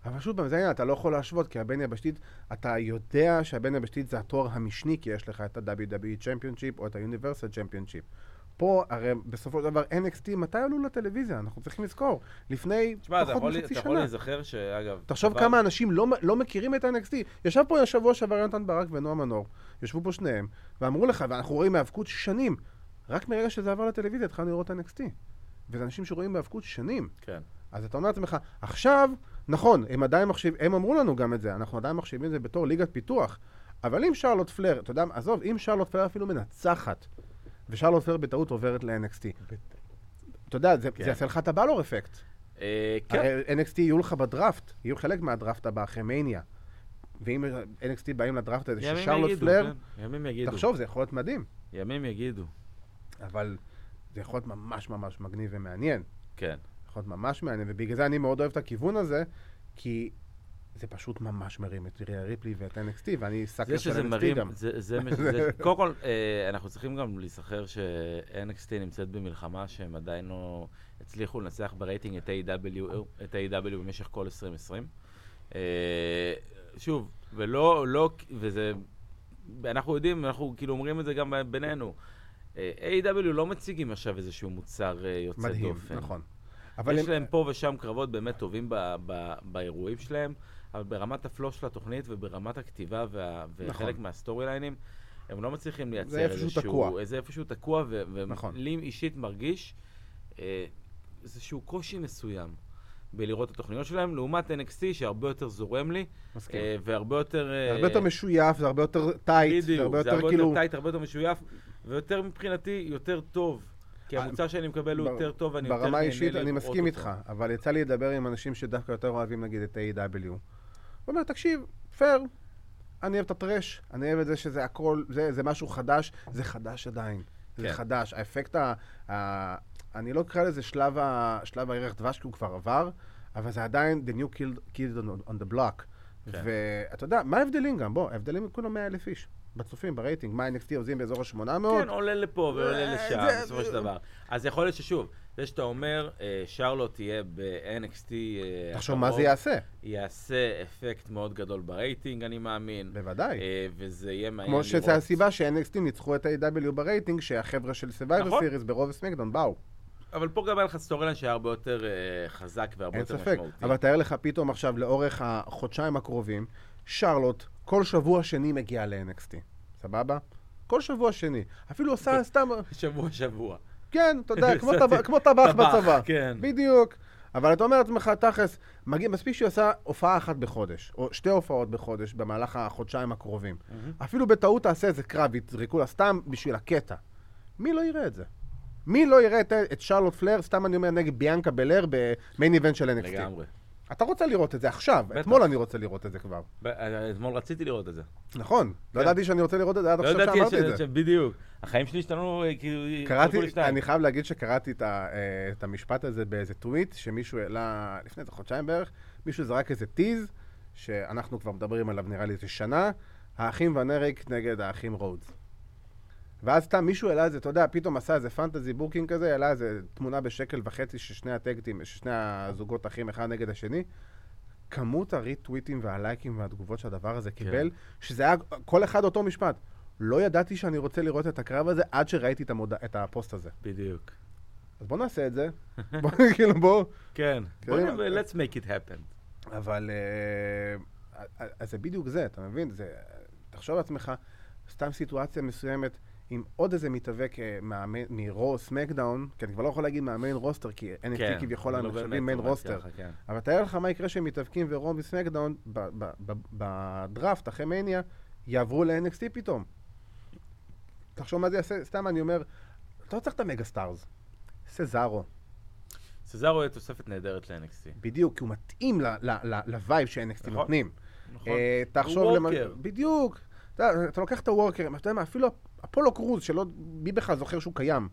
Speaker 1: אבל שוב פעם, זה העניין, אתה לא יכול להשוות, כי הבן יבשתית, אתה יודע שהבן יבשתית זה התואר המשני, כי יש לך את ה-WWE Championship או את ה-Universal Championship. פה, הרי בסופו של דבר, NXT, מתי עלו לטלוויזיה? אנחנו צריכים לזכור. לפני
Speaker 2: תשמע, אתה
Speaker 1: פחות
Speaker 2: יכול-
Speaker 1: מחצי
Speaker 2: אתה יכול
Speaker 1: שנה.
Speaker 2: להיזכר שאגב...
Speaker 1: תחשוב
Speaker 2: עבר-
Speaker 1: כמה אנשים לא, לא מכירים את NXT. ישב פה השבוע שעבר יונתן ברק ונועה מנור, ישבו פה שניהם, ואמרו לך, ואנחנו רואים האבקות שנים. רק מרגע שזה עבר לטלוויזיה התחלנו לראות NXT. וזה אנשים שרואים האבקות שנים.
Speaker 2: כן.
Speaker 1: אז אתה אומר לעצמך, עכשיו, נכון, הם עדיין מחשיב, הם אמרו לנו גם את זה, אנחנו עדיין מחשיבים את זה בתור ליגת פיתוח. אבל אם שרלוט פלר, אתה יודע, מה, עזוב, אם שרלוט פלר אפילו מנצחת, ושרלוט פלר בטעות עוברת ל-NXT. אתה יודע, זה,
Speaker 2: כן.
Speaker 1: זה יעשה לך את הבלור אפקט.
Speaker 2: אה, כן.
Speaker 1: הרי NXT יהיו לך בדראפט, יהיו חלק מהדראפט הבא אחרי מניה. ואם NXT באים לדראפט הזה של
Speaker 2: ימים
Speaker 1: שרלוט
Speaker 2: יגידו,
Speaker 1: פלר,
Speaker 2: כן. ימים יגידו.
Speaker 1: תחשוב, זה יכול להיות מדהים.
Speaker 2: ימים יגידו.
Speaker 1: אבל זה יכול להיות ממש ממש מגניב ומעניין.
Speaker 2: כן.
Speaker 1: יכול להיות ממש מעניין, ובגלל זה אני מאוד אוהב את הכיוון הזה, כי זה פשוט ממש מרים את ריה ריפלי ואת NXT, ואני סאקר
Speaker 2: זה
Speaker 1: של
Speaker 2: שזה
Speaker 1: NXT
Speaker 2: מרים,
Speaker 1: גם.
Speaker 2: זה, זה, מש- זה, קודם כל, אה, אנחנו צריכים גם להיזכר ש-NXT נמצאת במלחמה שהם עדיין לא הצליחו לנצח ברייטינג את A.W. את A.W. במשך כל 2020. אה, שוב, ולא, לא, וזה, אנחנו יודעים, אנחנו כאילו אומרים את זה גם בינינו. אה, A.W. לא מציגים עכשיו איזשהו מוצר אה, יוצא
Speaker 1: מדהים,
Speaker 2: דופן.
Speaker 1: נכון.
Speaker 2: אבל
Speaker 1: אבל
Speaker 2: יש
Speaker 1: הם-
Speaker 2: הם... להם פה ושם קרבות באמת טובים ב- ב- באירועים שלהם, אבל ברמת הפלו של התוכנית וברמת הכתיבה וה...
Speaker 1: נכון.
Speaker 2: וחלק מהסטורי ליינים, הם לא מצליחים לייצר
Speaker 1: זה איפשהו
Speaker 2: איזשהו...
Speaker 1: תקוע.
Speaker 2: זה איפשהו תקוע, ו...
Speaker 1: נכון.
Speaker 2: ולי אישית מרגיש אה, איזשהו קושי מסוים בלראות את התוכניות שלהם, לעומת NXT שהרבה יותר זורם לי,
Speaker 1: מסכים.
Speaker 2: אה, והרבה יותר... אה,
Speaker 1: כן. זה הרבה יותר משויף, זה הרבה יותר טייט, זה
Speaker 2: בדיוק,
Speaker 1: הרבה
Speaker 2: זה הרבה
Speaker 1: יותר
Speaker 2: יותר
Speaker 1: כאילו...
Speaker 2: טייט, הרבה יותר משויף, ויותר מבחינתי, יותר טוב. כי
Speaker 1: אה,
Speaker 2: המוצר שאני מקבל הוא
Speaker 1: בר-
Speaker 2: יותר טוב, ואני יותר
Speaker 1: ברמה
Speaker 2: נהנה
Speaker 1: האישית אני
Speaker 2: לראות
Speaker 1: מסכים
Speaker 2: אותו.
Speaker 1: איתך, אבל יצא לי לדבר עם אנשים שדווקא יותר אוהבים נגיד את A.W. הוא אומר, תקשיב, פייר, אני אוהב את הטרש, אני אוהב את זה שזה הכל, זה, זה משהו חדש, זה חדש עדיין. זה
Speaker 2: כן.
Speaker 1: חדש. האפקט ה... ה אני לא אקרא לזה שלב, ה, שלב הערך דבש, כי הוא כבר עבר, אבל זה עדיין the new kid, kid on, on the block.
Speaker 2: כן.
Speaker 1: ואתה יודע, מה ההבדלים גם? בוא, ההבדלים הם כולם 100 אלף איש. בצופים, ברייטינג, מה NXT עוזים באזור ה-800?
Speaker 2: כן, עולה לפה ועולה
Speaker 1: אה,
Speaker 2: לשם,
Speaker 1: זה-
Speaker 2: בסופו של דבר. אז יכול להיות ששוב, זה שאתה אומר, אה, שרלוט תהיה ב-NXT... אה,
Speaker 1: תחשוב
Speaker 2: הקרוב,
Speaker 1: מה זה יעשה,
Speaker 2: יעשה אפקט מאוד גדול ברייטינג, אני מאמין.
Speaker 1: בוודאי.
Speaker 2: אה, וזה יהיה מעניין
Speaker 1: כמו
Speaker 2: לראות.
Speaker 1: שזה הסיבה ש-NXT ניצחו את ה-AW ברייטינג, שהחבר'ה של Survivor
Speaker 2: נכון.
Speaker 1: Series ברוב סמקדון באו.
Speaker 2: אבל פה גם היה לך סטורלן שהיה הרבה יותר אה, חזק והרבה
Speaker 1: אין
Speaker 2: יותר
Speaker 1: ספק.
Speaker 2: משמעותי.
Speaker 1: אבל תאר לך פתאום עכשיו, לאורך החודשיים הקרובים, שרלוט כל שבוע שני מגיעה ל-NXT. סבבה? כל שבוע שני. אפילו
Speaker 2: כן.
Speaker 1: עושה סתם,
Speaker 2: שבוע, שבוע.
Speaker 1: כן, אתה יודע, כמו טבח- כמו
Speaker 2: טבח,
Speaker 1: טבח בצבא.
Speaker 2: כן.
Speaker 1: בדיוק. אבל אתה אומר לעצמך, תכלס, מגיע- מספיק שהיא עושה הופעה אחת בחודש, או שתי הופעות בחודש במהלך החודשיים הקרובים.
Speaker 2: מהמם.
Speaker 1: אפילו בטעות תעשה איזה קרב, יזרקו לה סתם בשביל הקטע. מי לא יראה את זה? מי לא יראה את, את שרלוט פלר, סתם אני אומר, נגד ביאנקה בלר במיין איבנט של NXT?
Speaker 2: לגמרי.
Speaker 1: אתה רוצה לראות את זה עכשיו,
Speaker 2: בטח.
Speaker 1: אתמול אני רוצה לראות את זה כבר.
Speaker 2: ב- אה, אתמול רציתי לראות את זה.
Speaker 1: נכון, לא
Speaker 2: כן.
Speaker 1: ידעתי שאני רוצה לראות את זה עד
Speaker 2: לא
Speaker 1: עכשיו
Speaker 2: ידעתי
Speaker 1: שאמרתי את
Speaker 2: ש-
Speaker 1: זה.
Speaker 2: ש- בדיוק. החיים שלי השתנו, אה, כאילו,
Speaker 1: קראתי,
Speaker 2: התחלקו לשניים.
Speaker 1: אני חייב להגיד שקראתי את, ה, אה, את המשפט הזה באיזה טוויט, שמישהו העלה לפני איזה חודשיים בערך, מישהו זרק איזה טיז, שאנחנו כבר מדברים עליו נראה לי איזה שנה, האחים ונריק נגד האחים רודס. ואז סתם מישהו העלה איזה, אתה יודע, פתאום עשה איזה פנטזי בוקינג כזה, העלה איזה תמונה בשקל וחצי של שני הטקטים, של שני הזוגות אחים אחד נגד השני. כמות הריטוויטים והלייקים והתגובות שהדבר הזה קיבל, שזה היה כל אחד אותו משפט. לא ידעתי שאני רוצה לראות את הקרב הזה עד שראיתי את, המודע, את הפוסט הזה.
Speaker 2: בדיוק.
Speaker 1: אז בוא נעשה את זה. בוא, כאילו, בוא.
Speaker 2: כן. בוא
Speaker 1: כן,
Speaker 2: נ-
Speaker 1: אה,
Speaker 2: let's make it happen.
Speaker 1: אבל אה, אז זה בדיוק זה, אתה מבין? זה, תחשוב לעצמך, סתם סיטואציה מסוימת, עם עוד איזה מתאבק אה, מאמן- מרו סמקדאון, כי אני כבר לא יכול להגיד מהמיין רוסטר, כי NXT כביכול
Speaker 2: אבל
Speaker 1: הם
Speaker 2: לא באמת,
Speaker 1: נחשבים מיין
Speaker 2: הוא מציע
Speaker 1: רוסטר.
Speaker 2: לך, כן.
Speaker 1: אבל תאר לך מה יקרה שהם מתאבקים ורו מסמקדאון ב- ב- ב- בדראפט, אחרי מניה, יעברו ל-NXT פתאום. תחשוב מה זה יעשה, סתם אני אומר, אתה לא צריך את המגה סטארס. סזארו,
Speaker 2: סזארו היא תוספת נהדרת ל-NXT.
Speaker 1: בדיוק, כי הוא מתאים ל- ל- ל- לווייב ש-NXT
Speaker 2: נכון.
Speaker 1: נותנים.
Speaker 2: נכון?
Speaker 1: אה, תחשוב
Speaker 2: הוא
Speaker 1: למה...
Speaker 2: וורקר.
Speaker 1: בדיוק. אתה אתה לוקח את הוורקרים, אתה יודע מה, אפילו אפולו קרוז, שלא... מי בכלל זוכר שהוא קיים.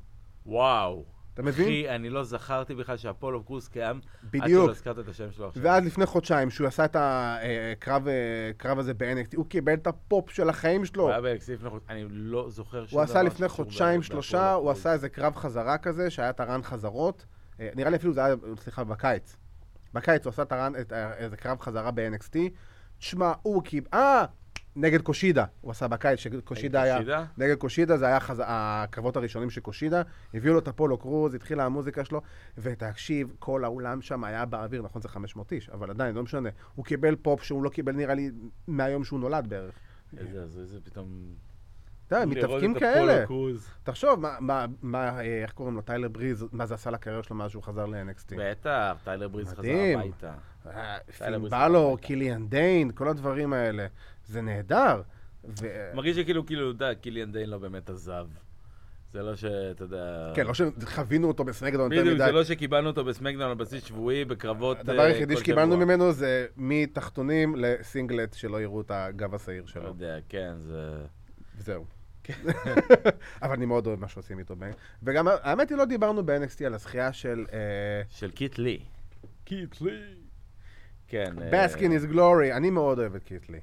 Speaker 2: וואו.
Speaker 1: אתה מבין?
Speaker 2: אחי, אני לא זכרתי בכלל שהפולו קרוס קיים. עד
Speaker 1: בדיוק.
Speaker 2: שלא הזכרת את השם שלו עכשיו.
Speaker 1: ועד לפני חודשיים, שהוא עשה את הקרב אה, קרב הזה ב-NXT, הוא קיבל את הפופ של החיים שלו.
Speaker 2: הוא היה ב-NXT לפני חודשיים, אני לא זוכר שום
Speaker 1: לא. הוא
Speaker 2: דבר.
Speaker 1: עשה לפני
Speaker 2: שקשור
Speaker 1: חודשיים,
Speaker 2: ב-
Speaker 1: שלושה,
Speaker 2: באפולו
Speaker 1: הוא
Speaker 2: קרוס.
Speaker 1: עשה איזה קרב חזרה כזה, שהיה את הרן חזרות. אה, נראה לי אפילו זה היה, סליחה, בקיץ. בקיץ הוא עשה את הרן, את ה- איזה קרב חזרה ב-NXT. תשמע, הוא קיבל... אה! נגד קושידה. הוא עשה בקיץ, שקושידה היה...
Speaker 2: קושידה?
Speaker 1: נגד קושידה, זה היה חז... הקרבות הראשונים של קושידה, הביאו לו את הפולו קרוז, התחילה המוזיקה שלו, ותקשיב, כל האולם שם היה באוויר, נכון, זה 500 איש, אבל עדיין, לא משנה. הוא קיבל פופ שהוא לא קיבל, נראה לי, מהיום שהוא נולד בערך.
Speaker 2: איזה הזוי זה פתאום...
Speaker 1: אתה יודע,
Speaker 2: לראות
Speaker 1: מתאבקים
Speaker 2: את הפולו
Speaker 1: אה, כאלה.
Speaker 2: קרוס.
Speaker 1: תחשוב, מה, מה, מה, אה, איך קוראים לו, טיילר בריז, מה זה עשה לקריירה שלו מאז שהוא חזר ל-NXT.
Speaker 2: בטח, טיילר בריז
Speaker 1: כן.
Speaker 2: חזר
Speaker 1: מדהים.
Speaker 2: הביתה.
Speaker 1: אה,
Speaker 2: טיילר
Speaker 1: פין
Speaker 2: בריז
Speaker 1: בלור,
Speaker 2: הביתה.
Speaker 1: קיליאן דיין, כל הדברים האלה. זה נהדר. ו...
Speaker 2: מרגיש שכאילו, כאילו, אתה יודע, קיליאן דיין לא באמת עזב. זה לא שאתה יודע...
Speaker 1: כן, לא שחווינו אותו בסמקדאון יותר
Speaker 2: בדיוק,
Speaker 1: מדי.
Speaker 2: זה לא שקיבלנו אותו בסמקדאון על בסיס שבועי בקרבות...
Speaker 1: הדבר
Speaker 2: אה,
Speaker 1: היחידי
Speaker 2: כל
Speaker 1: שקיבלנו
Speaker 2: שבוע.
Speaker 1: ממנו זה מתחתונים לסינגלט שלא יראו את הגב השעיר
Speaker 2: לא
Speaker 1: שלו.
Speaker 2: יודע, כן, זה...
Speaker 1: זהו. אבל אני מאוד אוהב מה שעושים איתו. ב- וגם, האמת היא, לא דיברנו ב-NXT על הזכייה של אה,
Speaker 2: של קיט לי. קיט לי. כן.
Speaker 1: Baskin
Speaker 2: אה,
Speaker 1: is Glory, אני מאוד אוהב את קיטלי.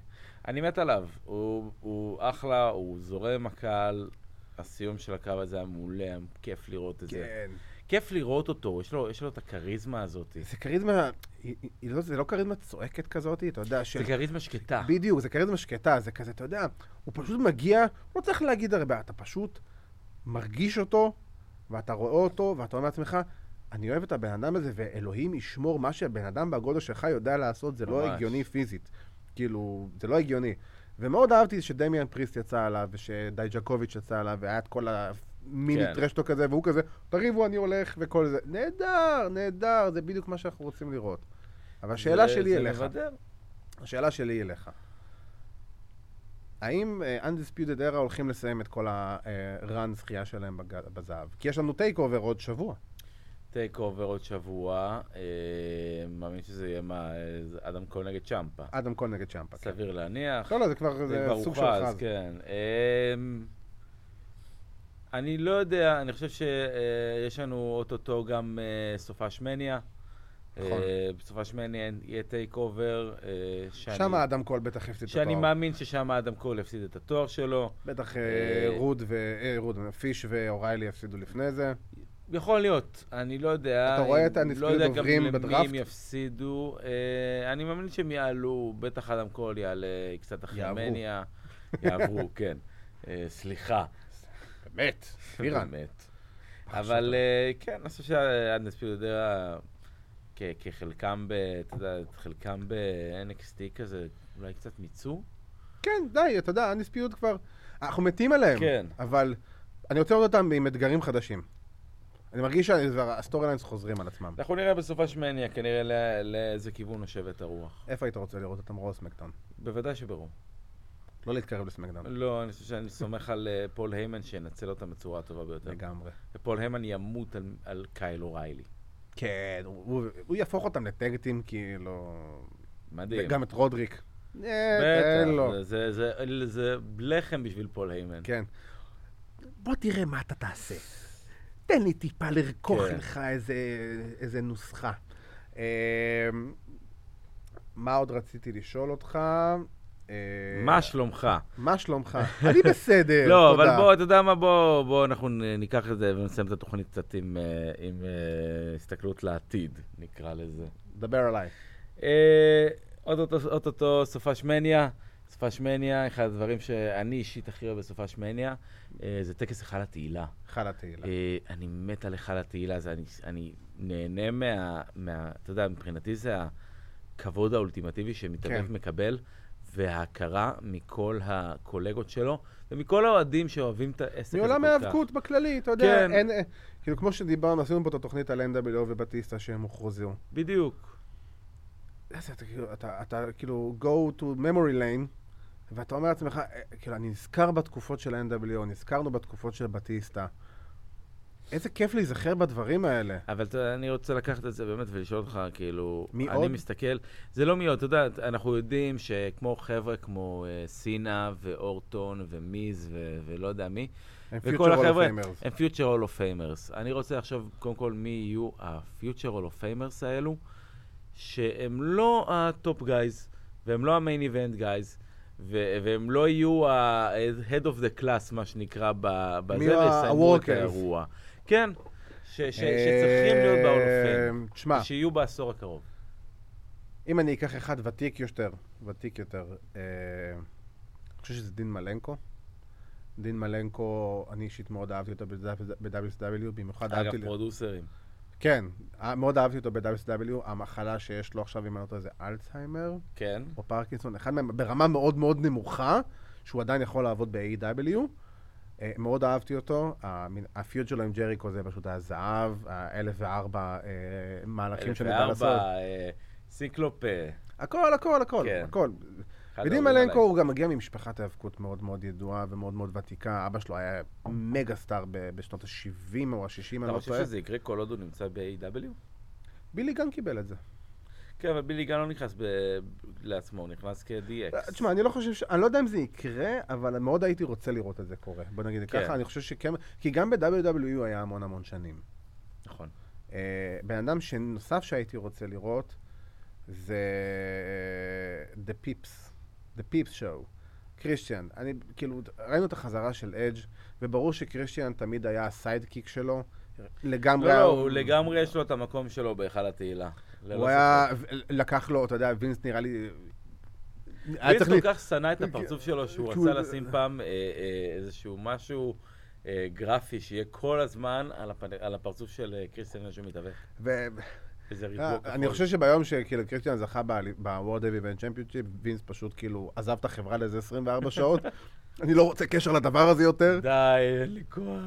Speaker 2: אני מת עליו. הוא- הוא אחלה, הוא זורם עם הקהל. הסיום של הקרב הזה היה מעולה, היה כיף לראות את זה.
Speaker 1: כן.
Speaker 2: כיף לראות אותו, יש לו, יש לו את הכריזמה הזאת.
Speaker 1: זה כריזמה, היא- היא- היא לא- זה לא כריזמה צועקת כזאת, אתה יודע, של...
Speaker 2: זה כריזמה שקטה.
Speaker 1: בדיוק, זה כריזמה שקטה, זה כזה, אתה יודע, הוא פשוט מגיע, הוא לא צריך להגיד הרבה, אתה פשוט מרגיש אותו, ואתה רואה אותו, ואתה אומר לעצמך, אני אוהב את הבן אדם הזה, ואלוהים ישמור מה שהבן אדם בגודל שלך יודע לעשות, זה לא
Speaker 2: ממש.
Speaker 1: הגיוני פיזית. כאילו, זה לא הגיוני. ומאוד אהבתי שדמיאן פריסט יצא עליו, ושדייג'קוביץ' יצא עליו, והיה את כל המיני
Speaker 2: כן.
Speaker 1: טרשטו כזה, והוא כזה, תריבו, אני הולך, וכל זה. נהדר, נהדר, זה בדיוק מה שאנחנו רוצים לראות. אבל השאלה
Speaker 2: זה-
Speaker 1: שלי אליך,
Speaker 2: זה מבדר.
Speaker 1: השאלה שלי אליך. האם אה, Undisputed Era הולכים לסיים את כל הרן זכייה שלהם בג- בזהב? כי יש לנו טייק אובר עוד שבוע.
Speaker 2: טייק אובר עוד שבוע, אה, מאמין שזה יהיה מה, אה, זה אדם קול נגד צ'מפה.
Speaker 1: אדם קול נגד צ'מפה. כן.
Speaker 2: סביר להניח.
Speaker 1: לא, לא, זה כבר זה
Speaker 2: זה כבר
Speaker 1: סוג של
Speaker 2: הוכרז,
Speaker 1: חז.
Speaker 2: כן. אמ, אני לא יודע, אני חושב שיש לנו אוטוטו גם אה, סופש מניה.
Speaker 1: נכון.
Speaker 2: אה, בסופש מניה יהיה טייק אובר. אה, שאני-
Speaker 1: שם אדם קול בטח הפסיד את
Speaker 2: שאני
Speaker 1: התואר.
Speaker 2: מאמין ששם אדם קול הפסיד את התואר שלו.
Speaker 1: בטח אה,
Speaker 2: אה,
Speaker 1: רוד ו... אה, רוד, פיש ואוריילי יפסידו לפני זה.
Speaker 2: יכול להיות, אני לא יודע.
Speaker 1: אתה רואה
Speaker 2: אם-
Speaker 1: את הנספים
Speaker 2: לא יודע גם
Speaker 1: דוברים
Speaker 2: למי
Speaker 1: בדראפט?
Speaker 2: הם יפסידו. אה, אני מאמין שהם יעלו, בטח אדם קול יעלה קצת אחרי
Speaker 1: יעברו.
Speaker 2: המניה. יעברו, כן. אה, סליחה.
Speaker 1: באמת. איראן.
Speaker 2: באמת. אבל אה, כן, אני חושב שהאדנספיד יודע, כחלקם ב... אתה יודע, את חלקם ב-NXT כזה, אולי קצת מיצו?
Speaker 1: כן, די, אתה יודע, Undisputed כבר... אנחנו מתים עליהם.
Speaker 2: כן.
Speaker 1: אבל אני רוצה לראות אותם עם אתגרים חדשים. אני מרגיש שהסטורי ליינס חוזרים על עצמם.
Speaker 2: אנחנו נראה בסופה של מניה, כנראה לא- לאיזה כיוון נושבת הרוח.
Speaker 1: איפה היית רוצה לראות אותם רוס מקדאון?
Speaker 2: בוודאי שברור.
Speaker 1: לא להתקרב לסמקדאון.
Speaker 2: לא, אני חושב שאני סומך על אה, פול היימן שינצל אותם בצורה הטובה ביותר.
Speaker 1: לגמרי.
Speaker 2: ופול היימן ימות על- על קייל אוריילי.
Speaker 1: כן, הוא, הוא- הוא יהפוך אותם לטגטים, כאילו...
Speaker 2: מדהים.
Speaker 1: גם את רודריק. אה,
Speaker 2: בטח,
Speaker 1: תן לו.
Speaker 2: זה- זה- זה- זה לחם בשביל פול היימן.
Speaker 1: כן. בוא תראה מה אתה תעשה. תן לי טיפה לרכוך
Speaker 2: כן.
Speaker 1: לך איזה, איזה נוסחה. אמ, מה עוד רציתי לשאול אותך? אה,
Speaker 2: מה שלומך?
Speaker 1: מה שלומך? אני בסדר,
Speaker 2: לא,
Speaker 1: תודה.
Speaker 2: אבל בוא, אתה יודע מה, בוא, בוא, אנחנו נ- ניקח את זה ונסיים את התוכנית קצת עם, אה, עם אה, הסתכלות לעתיד, נקרא לזה.
Speaker 1: דבר עליי.
Speaker 2: אה, אוטוטו- אוטוטו סופה שמניה, סופה שמניה, אחד הדברים שאני אישית הכי אוהב בסופה שמניה, אה, זה טקס היכל התהילה.
Speaker 1: חלה תהילה.
Speaker 2: אה, אני מת על היכל התהילה הזה, אני, אני נהנה מה, מה... אתה יודע, מבחינתי זה הכבוד האולטימטיבי שמתאבק
Speaker 1: כן.
Speaker 2: מקבל, וההכרה מכל הקולגות שלו ומכל האוהדים שאוהבים את העסק הזה.
Speaker 1: מעולם
Speaker 2: כל כך.
Speaker 1: ההיאבקות בכללי, אתה יודע,
Speaker 2: כן.
Speaker 1: אין... אה, כאילו, כמו שדיברנו, עשינו פה את התוכנית על NWO ובטיסטה שהם הוכרזו.
Speaker 2: בדיוק.
Speaker 1: אז אתה כאילו, אתה, אתה כאילו go to memory lane, ואתה אומר לעצמך, אה, כאילו, אני נזכר בתקופות של NWO, נזכרנו בתקופות של בטיסטה. איזה כיף להיזכר בדברים האלה.
Speaker 2: אבל אתה יודע, אני רוצה לקחת את זה באמת ולשאול אותך, כאילו...
Speaker 1: מי
Speaker 2: אני
Speaker 1: עוד?
Speaker 2: מסתכל... זה לא מי עוד, אתה יודע, אנחנו יודעים שכמו חבר'ה כמו אה, סינה ואורטון ומיז ו- ולא יודע מי,
Speaker 1: הם
Speaker 2: וכל
Speaker 1: future Hall of
Speaker 2: החבר'ה-
Speaker 1: Famers.
Speaker 2: הם פיוטר הול אוף פיימרס. אני רוצה עכשיו, קודם כל, מי יהיו הפיוטר הול אוף פיימרס האלו, שהם לא הטופ גייז, והם לא המיין איבנט גייז, ו- והם לא יהיו ה-head of the class, מה שנקרא, ב-
Speaker 1: מי
Speaker 2: בזה,
Speaker 1: יהיו
Speaker 2: ויסיימו את
Speaker 1: ה-workers?
Speaker 2: האירוע. כן, ש- ש- שצריכים להיות בהול אוף פיימרס.
Speaker 1: אה, תשמע,
Speaker 2: שיהיו בעשור הקרוב.
Speaker 1: אם אני אקח אחד ותיק יותר, ותיק יותר, אה, אני חושב שזה דין מלנקו. דין מלנקו, אני אישית מאוד אהבתי אותו ב-WSW, במיוחד אהבתי...
Speaker 2: אגב,
Speaker 1: ל-
Speaker 2: פרודוסרים.
Speaker 1: כן, אה, מאוד אהבתי אותו ב-WSW, המחלה שיש לו עכשיו, אם אני לא טועה, זה אלצהיימר.
Speaker 2: כן.
Speaker 1: או פרקינסון, אחד מהם ברמה מאוד מאוד נמוכה, שהוא עדיין יכול לעבוד ב-AW. אה, מאוד אהבתי אותו, המין- הפיוד שלו עם ג'ריקו זה פשוט היה זהב, האלף וארבע אה, מהלכים שניתן לעשות.
Speaker 2: 2004, אה, סינקלופ... אה,
Speaker 1: הכל, הכל, הכל,
Speaker 2: כן.
Speaker 1: הכל.
Speaker 2: אחד
Speaker 1: ודין
Speaker 2: ההורים
Speaker 1: מלנקו הוא גם מגיע ממשפחת האבקות מאוד מאוד ידועה ומאוד מאוד ותיקה, אבא שלו היה מגה סטאר ב- בשנות ה-70 או ה-60,
Speaker 2: עליי.
Speaker 1: אני
Speaker 2: אתה
Speaker 1: לא
Speaker 2: חושב
Speaker 1: טועה.
Speaker 2: שזה יקרה כל עוד הוא נמצא ב-AW?
Speaker 1: בילי גם קיבל את זה.
Speaker 2: כן, אבל בילי גן לא נכנס ב- לעצמו, הוא נכנס כ-DX.
Speaker 1: תשמע, אני לא חושב ש... אני לא יודע אם זה יקרה, אבל מאוד הייתי רוצה לראות את זה קורה. בוא נגיד
Speaker 2: כן.
Speaker 1: ככה, אני חושב שכן... כי גם ב-WWE היה המון המון שנים.
Speaker 2: נכון.
Speaker 1: אה, בן אדם שנוסף שהייתי רוצה לראות זה אה, The Pips, The Pips Show. קריסטיאן, אני כאילו, ראינו את החזרה של אדג' וברור שקריסטיאן תמיד היה הסיידקיק שלו, לגמרי...
Speaker 2: לא,
Speaker 1: היה-
Speaker 2: לא, הוא לגמרי לא יש לו את המקום שלו בהיכל התהילה. ללא
Speaker 1: הוא היה, לקח לו, אתה יודע, וינס נראה לי...
Speaker 2: ספק.
Speaker 1: היה
Speaker 2: פריץ
Speaker 1: צריך
Speaker 2: כל
Speaker 1: לי-
Speaker 2: כך שנא את הפרצוף שלו, שהוא
Speaker 1: כי הוא-
Speaker 2: רצה לשים פעם אה, אה, איזשהו משהו אה, גרפי שיהיה כל הזמן על הפנ- על הפרצוף של אה, קריסטיאן שהוא מתאבק.
Speaker 1: ו-
Speaker 2: איזה ריבוע כחול.
Speaker 1: אה, אני חושב שביום שכאילו קריסטיאן זכה בוורד אבי בן צ'מפיונצ'יפ, וינס פשוט כאילו עזב את החברה לאיזה 24 שעות. אני לא רוצה קשר לדבר הזה יותר.
Speaker 2: די, אין לי כוח.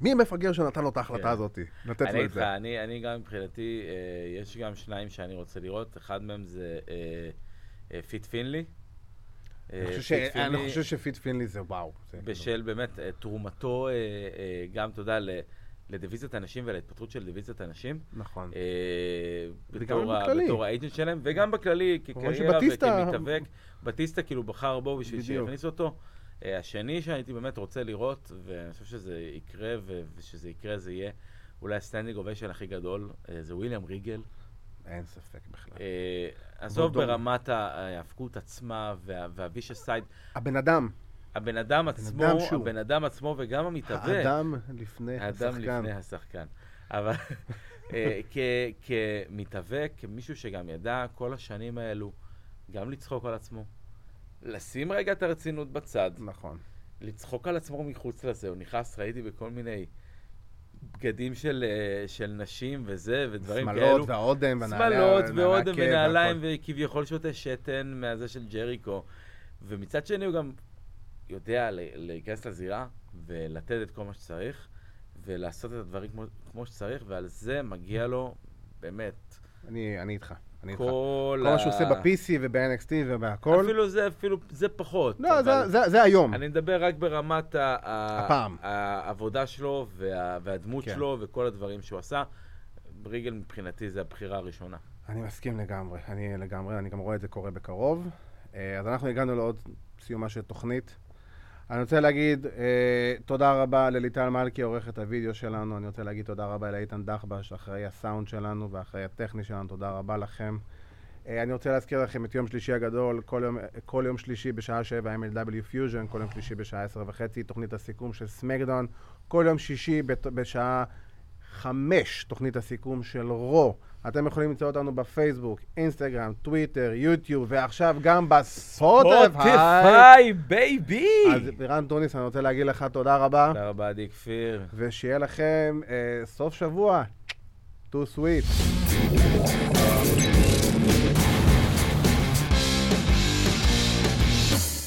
Speaker 1: מי המפגר שנתן לו את
Speaker 2: כן.
Speaker 1: ההחלטה הזאת? לתת
Speaker 2: אני
Speaker 1: לו את
Speaker 2: אגיד לך,
Speaker 1: זה.
Speaker 2: אני, אני גם מבחינתי, אה, יש גם שניים שאני רוצה לראות, אחד מהם זה אה, אה, פיט פינלי.
Speaker 1: אני
Speaker 2: אה,
Speaker 1: חושב ש-
Speaker 2: פיט
Speaker 1: אני
Speaker 2: פינלי
Speaker 1: חושב שפיט פינלי זה וואו. זה כאילו-
Speaker 2: בשל באמת אה, תרומתו, אה, אה, גם תודה ל- לדיוויזיית הנשים ולהתפתחות של דיוויזיית הנשים.
Speaker 1: נכון.
Speaker 2: אה,
Speaker 1: וגם
Speaker 2: בתור ה-
Speaker 1: בכללי.
Speaker 2: בתור האייג'נט שלהם, וגם בכללי,
Speaker 1: אומרים
Speaker 2: כקריירה
Speaker 1: שבטיסטה-
Speaker 2: וכמתאבק. בטיסטה כאילו בחר בו בשביל
Speaker 1: בדיוק.
Speaker 2: שיכניס אותו. אה, השני שהייתי באמת רוצה לראות, ואני חושב שזה יקרה, ו- ושזה יקרה זה יהיה אולי הסטנדינג אוביישן הכי גדול, אה, זה וויליאם ריגל.
Speaker 1: אין ספק בכלל.
Speaker 2: אה, עזוב
Speaker 1: בולדוג.
Speaker 2: ברמת ההאבקות עצמה וה- והווישה סייד,
Speaker 1: הבן אדם,
Speaker 2: הבן אדם עצמו,
Speaker 1: אדם שהוא.
Speaker 2: הבן אדם עצמו וגם המתאבק.
Speaker 1: האדם לפני
Speaker 2: האדם
Speaker 1: השחקן.
Speaker 2: לפני השחקן. אבל אה, כ- כמתאבק, כמישהו שגם ידע כל השנים האלו גם לצחוק על עצמו, לשים רגע את הרצינות בצד,
Speaker 1: נכון.
Speaker 2: לצחוק על עצמו מחוץ לזה, הוא נכנס, ראיתי בכל מיני בגדים של, אה, של נשים וזה, ודברים כאלו.
Speaker 1: שמלות והאודם ונעלי
Speaker 2: שמלות
Speaker 1: ה-
Speaker 2: ואודם
Speaker 1: נעלי הכאב
Speaker 2: ונעליים
Speaker 1: והכל.
Speaker 2: וכביכול שותה שתן מהזה של ג'ריקו. ומצד שני הוא גם יודע ל- להיכנס לזירה ולתת את כל מה שצריך ולעשות את הדברים כמו, כמו שצריך ועל זה מגיע לו באמת
Speaker 1: אני אני איתך. אני איתך.
Speaker 2: כל
Speaker 1: כל מה שהוא עושה ב-PC וב-NXT ובהכל.
Speaker 2: אפילו זה, אפילו זה פחות.
Speaker 1: לא,
Speaker 2: אבל
Speaker 1: זה- זה- זה היום.
Speaker 2: אני מדבר רק ברמת ה- ה-
Speaker 1: הפעם.
Speaker 2: העבודה שלו וה- והדמות
Speaker 1: כן.
Speaker 2: שלו וכל הדברים שהוא עשה. ריגל מבחינתי זה הבחירה הראשונה.
Speaker 1: אני מסכים לגמרי, אני לגמרי, אני גם רואה את זה קורה בקרוב. אה, אז אנחנו הגענו לעוד סיומה של תוכנית. אני רוצה להגיד אה, תודה רבה לליטל מלכי, עורכת הוידאו שלנו. אני רוצה להגיד תודה רבה לאיתן דחבש, אחראי הסאונד שלנו ואחראי הטכני שלנו. תודה רבה לכם. אה, אני רוצה להזכיר לכם את יום שלישי הגדול, כל יום, כל יום שלישי בשעה 7 MLW Fusion, כל יום שלישי בשעה 10 וחצי, תוכנית הסיכום של סמקדאון, כל יום שישי בת, בשעה 5, תוכנית הסיכום של רו. אתם יכולים למצוא אותנו בפייסבוק, אינסטגרם, טוויטר, יוטיוב, ועכשיו גם בספוטיפיי.
Speaker 2: ספוטיפיי, בייבי!
Speaker 1: אז בירן טוניס, אני רוצה להגיד לך תודה רבה,
Speaker 2: תודה רבה, עדי כפיר.
Speaker 1: ושיהיה לכם אה, סוף שבוע. too sweet.